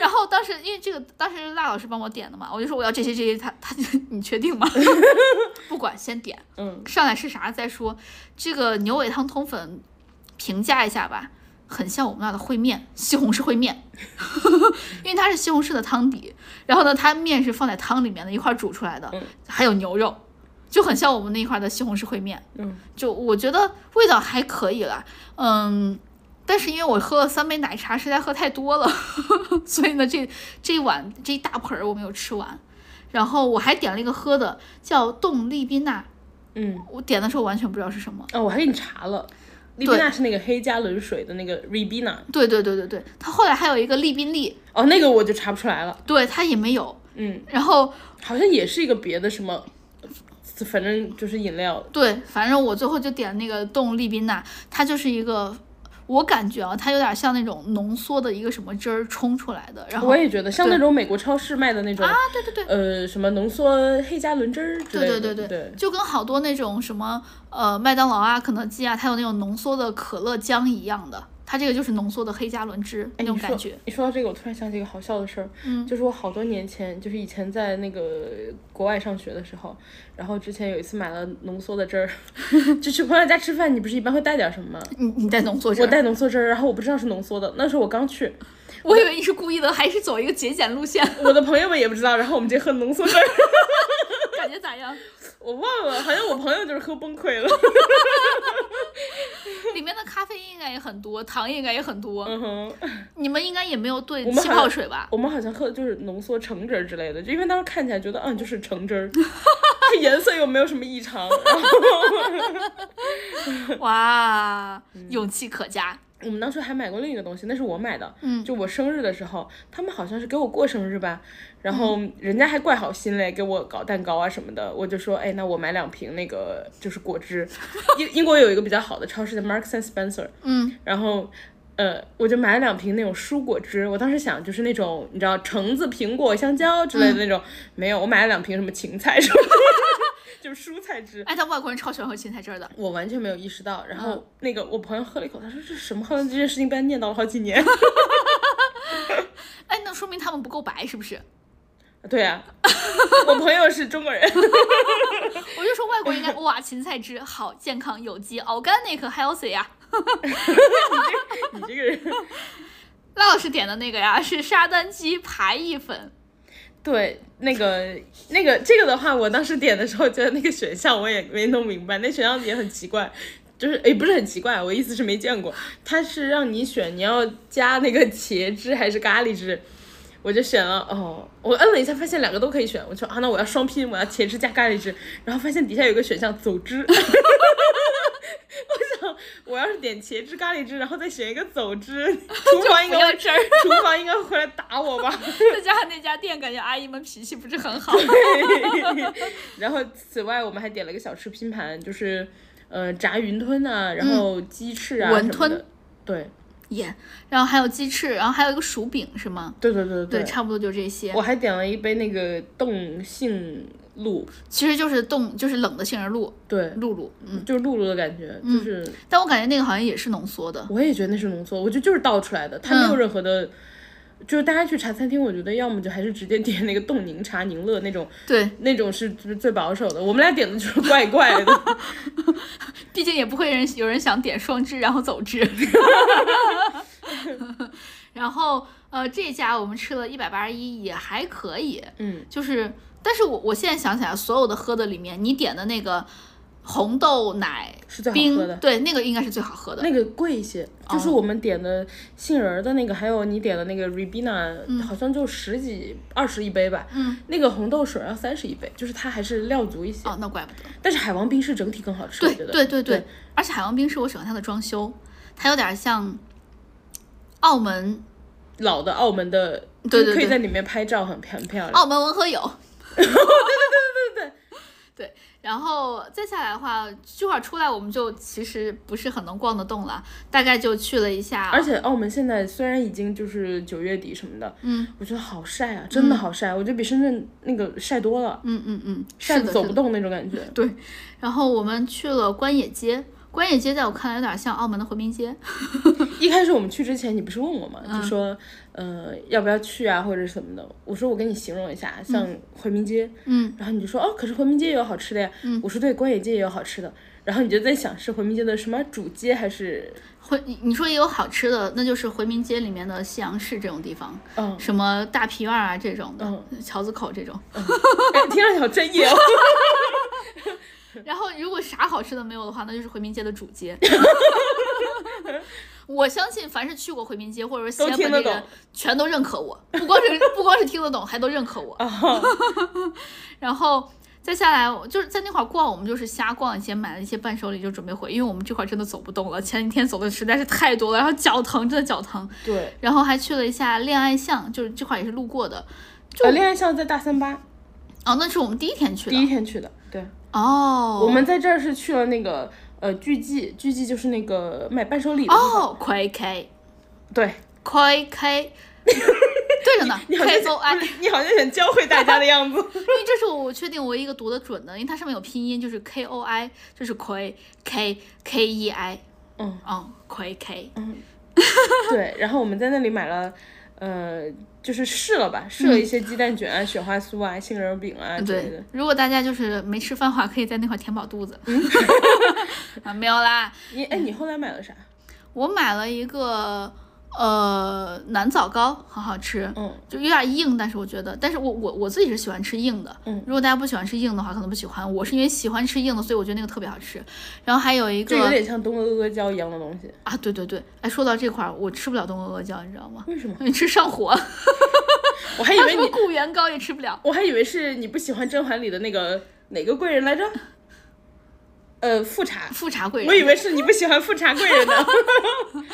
然后当时因为这个，当时辣老师帮我点的嘛，我就说我要这些这些，他他就你确定吗？ [LAUGHS] 不管先点，
嗯，
上来是啥再说。这个牛尾汤通粉评价一下吧，很像我们那儿的烩面，西红柿烩面， [LAUGHS] 因为它是西红柿的汤底，然后呢，它面是放在汤里面的一块儿煮出来的
嗯，
还有牛肉，就很像我们那一块儿的西红柿烩面。
嗯，
就我觉得味道还可以啦，嗯。但是因为我喝了三杯奶茶，实在喝太多了， [LAUGHS] 所以呢，这这一碗这一大盆儿我没有吃完。然后我还点了一个喝的，叫冻利宾纳，
嗯，
我点的时候完全不知道是什么。
啊，我还给你查了，利宾纳是那个黑加仑水的那个 Ribena，
对对对对对，它后来还有一个利宾利，
哦，那个我就查不出来了，
对它也没有。
嗯，
然后
好像也是一个别的什么，反正就是饮料，
对，反正我最后就点那个冻利宾纳，它就是一个，我感觉啊，它有点像那种浓缩的一个什么汁儿冲出来的。然后
我也觉得像
对
那种美国超市卖的那种，
啊，对对对。
呃，什么浓缩黑加仑汁儿之类
对
的，
对对
对
对，就跟好多那种什么呃麦当劳啊、肯德基啊，它有那种浓缩的可乐浆一样的，它这个就是浓缩的黑加仑汁那
哎
种
你说
感觉。
你说到这个，我突然想起一个好笑的事儿，
嗯
就是我好多年前，就是以前在那个国外上学的时候，然后之前有一次买了浓缩的
[LAUGHS]
汁儿，就去朋友家吃饭，你不是一般会带点什么吗？
你你在浓缩汁
我
儿，
带浓缩汁儿，然后我不知道是浓缩的，那时候我刚去，
我以为你是故意的，还是走
[LAUGHS]
一个节俭路线？ [LAUGHS]
我的朋友们也不知道，然后我们直接喝浓缩汁儿，
感觉咋样？
[LAUGHS] 我忘了，好像我朋友就是喝崩溃了。 [LAUGHS]
里面的咖啡因应该也很多，糖应该也很多。
嗯哼，
你们应该也没有兑
我们
气
好
泡
像
水
[LAUGHS]
吧？
我们好像喝的就是浓缩橙汁儿之类的，就因为当时看起来觉得，嗯，就是橙汁儿， [LAUGHS] 它颜色又没有什么异常， [LAUGHS] 然后
哇，
嗯
勇气可嘉。
我们当时还买过另一个东西，那是我买的。
嗯
就我生日的时候，他们好像是给我过生日吧，然后人家还怪好心嘞，给我搞蛋糕啊什么的。我就说，哎，那我买两瓶那个就是果汁。 [LAUGHS] 英英国有一个比较好的超市叫 Marks and Spencer，
嗯
然后。呃，我就买了两瓶那种蔬果汁，我当时想就是那种你知道橙子、苹果、香蕉之类的那种，没有，我买了两瓶什么芹菜什么的 [LAUGHS] 就是蔬菜汁。
哎，但外国人超喜欢喝芹菜汁儿的。
我完全没有意识到。然后那个我朋友喝了一口，他说这是什么喝的？这件事情被他念叨了好几年。 [LAUGHS]
哎，那说明他们不够白，是不是？
对呀、我朋友是中国人， [LAUGHS]
我就说外国人应该哇，芹菜汁好健康、有机、organic、healthy 啊呀、
你这个人
赖老师点的那个呀， [LAUGHS] 是沙丹鸡扒意粉。
对那个那个这个的话，我当时点的时候觉得那个选项我也没弄明白，那选项也很奇怪。就是也不是很奇怪，我意思是没见过。它是让你选你要加那个茄汁还是咖喱汁，我就选了哦。我摁了一下，发现两个都可以选，我就啊，那我要双拼，我要茄汁加咖喱汁。然后发现底下有个选项走汁， [LAUGHS] 我要是点茄汁咖喱汁，然后再选一个走
[LAUGHS]
汁，厨房应
不要
该
汁儿
厨房应该会来打我吧。
[LAUGHS] 再加上那家店，感觉阿姨们脾气不是很好。
[LAUGHS] 然后此外，我们还点了个小吃拼盘，就是呃炸云吞啊，然后
嗯
鸡翅啊、
馄
什么的
饨。
对
耶、然后还有鸡翅，然后还有一个薯饼，是吗？
对对对
对，差不多就这些
我。还点了一杯那个冻杏露，
其实就是冻，就是冷的杏仁露
对，
露露。嗯，
就是露露的感觉，就是
但我感觉那个好像也是浓缩的。
我也觉得那是浓缩，我觉得就是倒出来的，它没有
嗯
任何的。就是大家去茶餐厅，我觉得要么就还是直接点那个冻柠茶、宁乐那种，
对，
那种是最最保守的。我们俩点的就是怪怪的，
[LAUGHS] 毕竟也不会人有人想点双汁然后走
[LAUGHS]
汁。然后呃，这家我们吃了一百八十一，也还可以。
嗯，
就是，但是我我现在想起来，所有的喝的里面，你点的那个红豆奶
是最好喝的
冰，。对，那个应该是最好喝的。
那个贵一些，
哦
就是我们点的杏仁儿的那个，还有你点的那个 Ribena，、好像就十几、二十一杯吧。
嗯，
那个红豆水儿要三十一杯，就是它还是料足一些。
哦，那怪不得。
但是海王冰是整体更好吃，我
对
觉得。
对对
对
对，而且海王冰是我喜欢它的装修，它有点像澳门
老的澳门的，
对对
就是可以
对哦
在里面拍照很，很漂亮。
澳门文和友。 [LAUGHS] 对对对对对对。然后再下来的话，这会儿出来我们就其实不是很能逛得动了，大概就去了一下，
而且澳门现在虽然已经就是九月底什么的，
嗯，
我觉得好晒啊，真的好晒，我觉得比深圳那个晒多了，
嗯嗯嗯，
晒
是
得
的，
走
是
不
的。
动那种感觉。
然后我们去了关野街，关野街在我看来有点像澳门的回民街， [LAUGHS]
一开始我们去之前，你不是问我吗？就说，呃，要不要去啊，或者什么的。我说我给你形容一下，像回民街。
嗯。
然后你就说，哦，可是回民街也有好吃的呀。我说对，关野街也有好吃的。然后你就在想是回民街的什么主街还是，
回你你说也有好吃的，那就是回民街里面的西洋市这种地方，
[LAUGHS] 嗯，
什么大皮院儿啊这种的，桥子口这种。
哎听上去好专业哦。
然后如果啥好吃的没有的话，那就是回民街的主街。 [LAUGHS] 我相信凡是去过回民街或者说西安
都听
本
得
地人
懂，
全都认可我，不光是不光是听得懂，还都认可我。
啊
[LAUGHS] 然后再下来，我就是在那块儿逛，我们就是瞎逛一些，买了一些伴手礼就准备回，因为我们这块儿真的走不动了。前几天走的实在是太多了，然后脚疼，真的脚疼。
[LAUGHS] 对，
然后还去了一下恋爱巷，就是这块儿也是路过的。
呃，恋爱巷在大三巴
哦，那是我们第一天去
第一
的。
天去的。对，
哦，
我们在这儿是去了那个呃巨记，巨记就是那个卖伴手礼的地方。
哦，快开。
对，
快
[LAUGHS]
开，对着呢，
你好像
快走哎！因
不是你好像想教会大家的样子。
为这是我确定唯一一个读得准的，因为它上面有拼音，就是 K O I，就是快 K K E I，
嗯
嗯，快 K， [LAUGHS]
对，然后我们在那里买了，呃，就是试了吧，试了一些鸡蛋卷啊、雪花酥啊、杏仁饼啊之类
对
的。。
如果大家就是没吃饭的话，可以在那块填饱
[LAUGHS]
肚子。 [LAUGHS] 啊，没有啦，
你哎，你后来买了啥？
我买了一个呃，南枣糕很好吃，
嗯，
就有点硬，但是我觉得，但是我我我自己是喜欢吃硬的，
嗯
如果大家不喜欢吃硬的话，可能不喜欢。我是因为喜欢吃硬的，所以我觉得那个特别好吃。然后还有一
就有
个
点像东阿阿胶一样的东西。
啊，对对对，哎，说到这块儿，我吃不了东阿阿胶，你知道吗？ [LAUGHS]
为什么？
因为吃上火，
我还以
还有
为
什么 [LAUGHS]
你，
固元糕也吃不了。
我还以为是你不喜欢《甄嬛》里的那个哪个贵人来着？ [LAUGHS] 呃，富察。
富察贵人，
我以为是你不喜欢富察贵
[LAUGHS]
人呢。嗯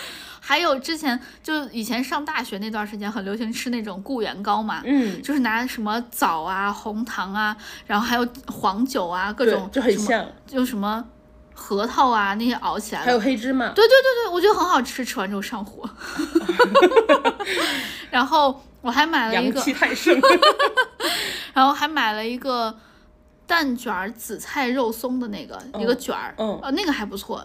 还有之前就以前上大学那段时间很流行吃那种固元糕嘛，
嗯，
就是拿什么枣啊、红糖啊，然后还有黄酒啊，各
对
种，
就很
什么
像，
就什么核桃啊那些熬起来
还有
的。
黑芝麻。
对对对对，我觉得很好吃，吃完之后上火。 [LAUGHS]
[LAUGHS]
然后我还买了一
阳
个，
气
[LAUGHS]
太盛， [LAUGHS]
然后还买了一个蛋卷儿紫菜肉松的那个、一个卷儿，
嗯
呃，那个还不错。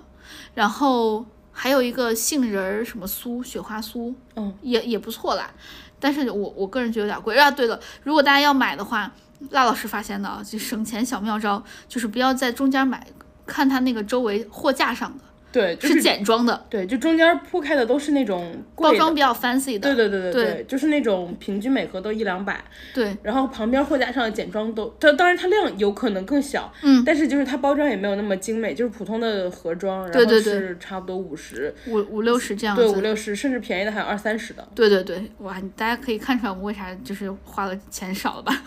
然后还有一个杏仁儿什么酥，雪花酥，
嗯，
也也不错啦。但是我我个人觉得有点贵啊。对了，如果大家要买的话，辣老师发现的啊，就省钱小妙招就是不要在中间买，看它那个周围货架上的
对，就是
简装的，
对，就中间铺开的都是那种
包
贵的
装，比较 fancy
对
的，
对对对
对
对，就是那种平均每盒都一两百，
对，
然后旁边货架上的简装都，它当然它量有可能更小，
嗯，
但是就是它包装也没有那么精美，就是普通的盒装，然
对
后
对啊对
是差不多五十，
五五六十这样子。
对五六十，甚至便宜的还有二三十的，
对对对，哇，你大家可以看出来我们为啥就是花了钱少了吧？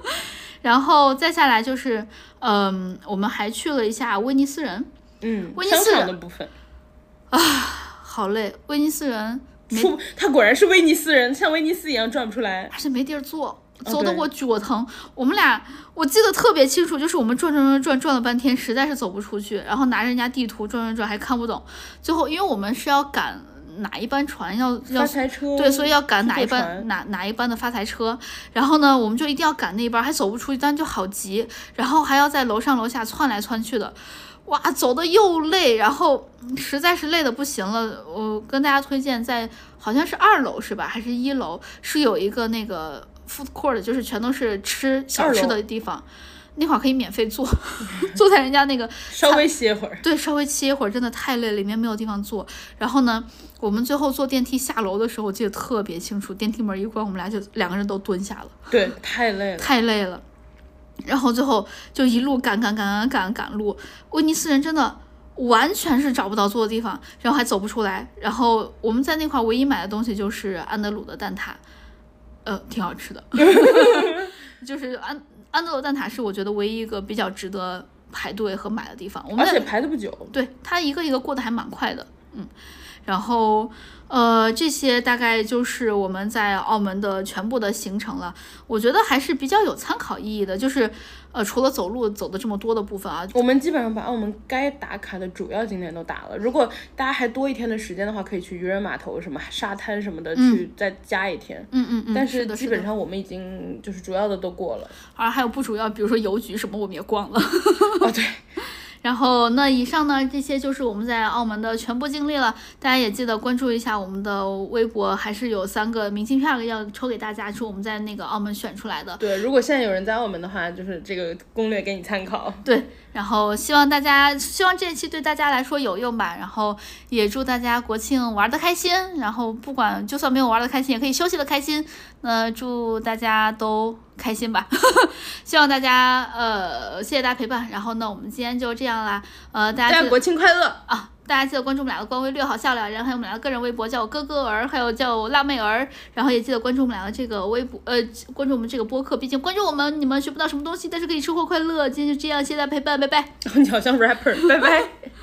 [LAUGHS] 然后再下来就是，嗯，我们还去了一下威尼斯人，
嗯，
威尼
商
斯
场
人
的部分，
好累，威尼斯人没
出它果然是威尼斯人，像威尼斯一样转不出来，
而且没地儿坐，走
啊对
的我脚疼。我们俩我记得特别清楚，就是我们转转转转转了半天，实在是走不出去，然后拿着人家地图转转转还看不懂，最后因为我们是要赶哪一班船要要
发财车，
对，所以要赶哪
坐
一嗯班
船
哪哪一班的发财车，然后呢，我们就一定要赶那一班，还走不出去，但就好急，然后还要在楼上楼下窜来窜去的，哇，走的又累，然后嗯实在是累的不行了，我跟大家推荐在好像是二楼是吧，还是一楼是有一个那个 food court，就是全都是吃小
二
吃
楼
的地方。那会儿可以免费坐，坐在人家那个
稍微歇会儿，
对，稍微歇一会儿，真的太累了，里面没有地方坐。然后呢，我们最后坐电梯下楼的时候，我记得特别清楚，电梯门一关，我们俩就两个人都蹲下了，
对，太累了，
太累了。然后最后就一路赶赶赶赶赶赶路，威尼斯人真的完全是找不到坐的地方，然后还走不出来。然后我们在那块儿唯一买的东西就是安德鲁的蛋挞，呃，挺好吃的，就是安安德鲁蛋挞是我觉得唯一一个比较值得排队和买的地方。我们
而
在
且排的不久，
对他一个一个过得还蛮快的，嗯，然后呃，这些大概就是我们在澳门的全部的行程了。我觉得还是比较有参考意义的，就是呃，除了走路走的这么多的部分啊，
我们基本上把澳门该打卡的主要景点都打了。如果大家还多一天的时间的话，可以去渔人码头、什么沙滩什么的、去再加一天。
嗯嗯嗯，
但
是
是
的，
基
是
本
的，
上我们已经就是主要的都过了。 [LAUGHS]
而还有不主要，比如说邮局什么我们也逛了。 [LAUGHS]
哦，对，
然后，那以上呢，这些就是我们在澳门的全部经历了。大家也记得关注一下我们的微博，还是有三个明信片要抽给大家，是我们在那个澳门选出来的。
对，如果现在有人在澳门的话，就是这个攻略给你参考。
对，然后希望大家，希望这一期对大家来说有用吧。然后也祝大家国庆玩的开心，然后不管就算没有玩的开心，也可以休息的开心。那祝大家都开心吧。 [LAUGHS] 希望大家呃，谢谢大家陪伴。然后呢，我们今天就这样啦。呃，大
大
家
家
记
国
得
庆快乐！ [LAUGHS]
啊，大家记得关注我们俩的官微“略好笑两人”，还有我们俩的个人微博，叫我哥哥儿，还有叫我辣妹儿。然后也记得关注我们俩的这个微博，呃，关注我们这个播客。毕竟关注我们，你们学不到什么东西，但是可以收获快乐。今天就这样，谢谢大家陪伴，拜拜。
你好像 rapper，拜拜。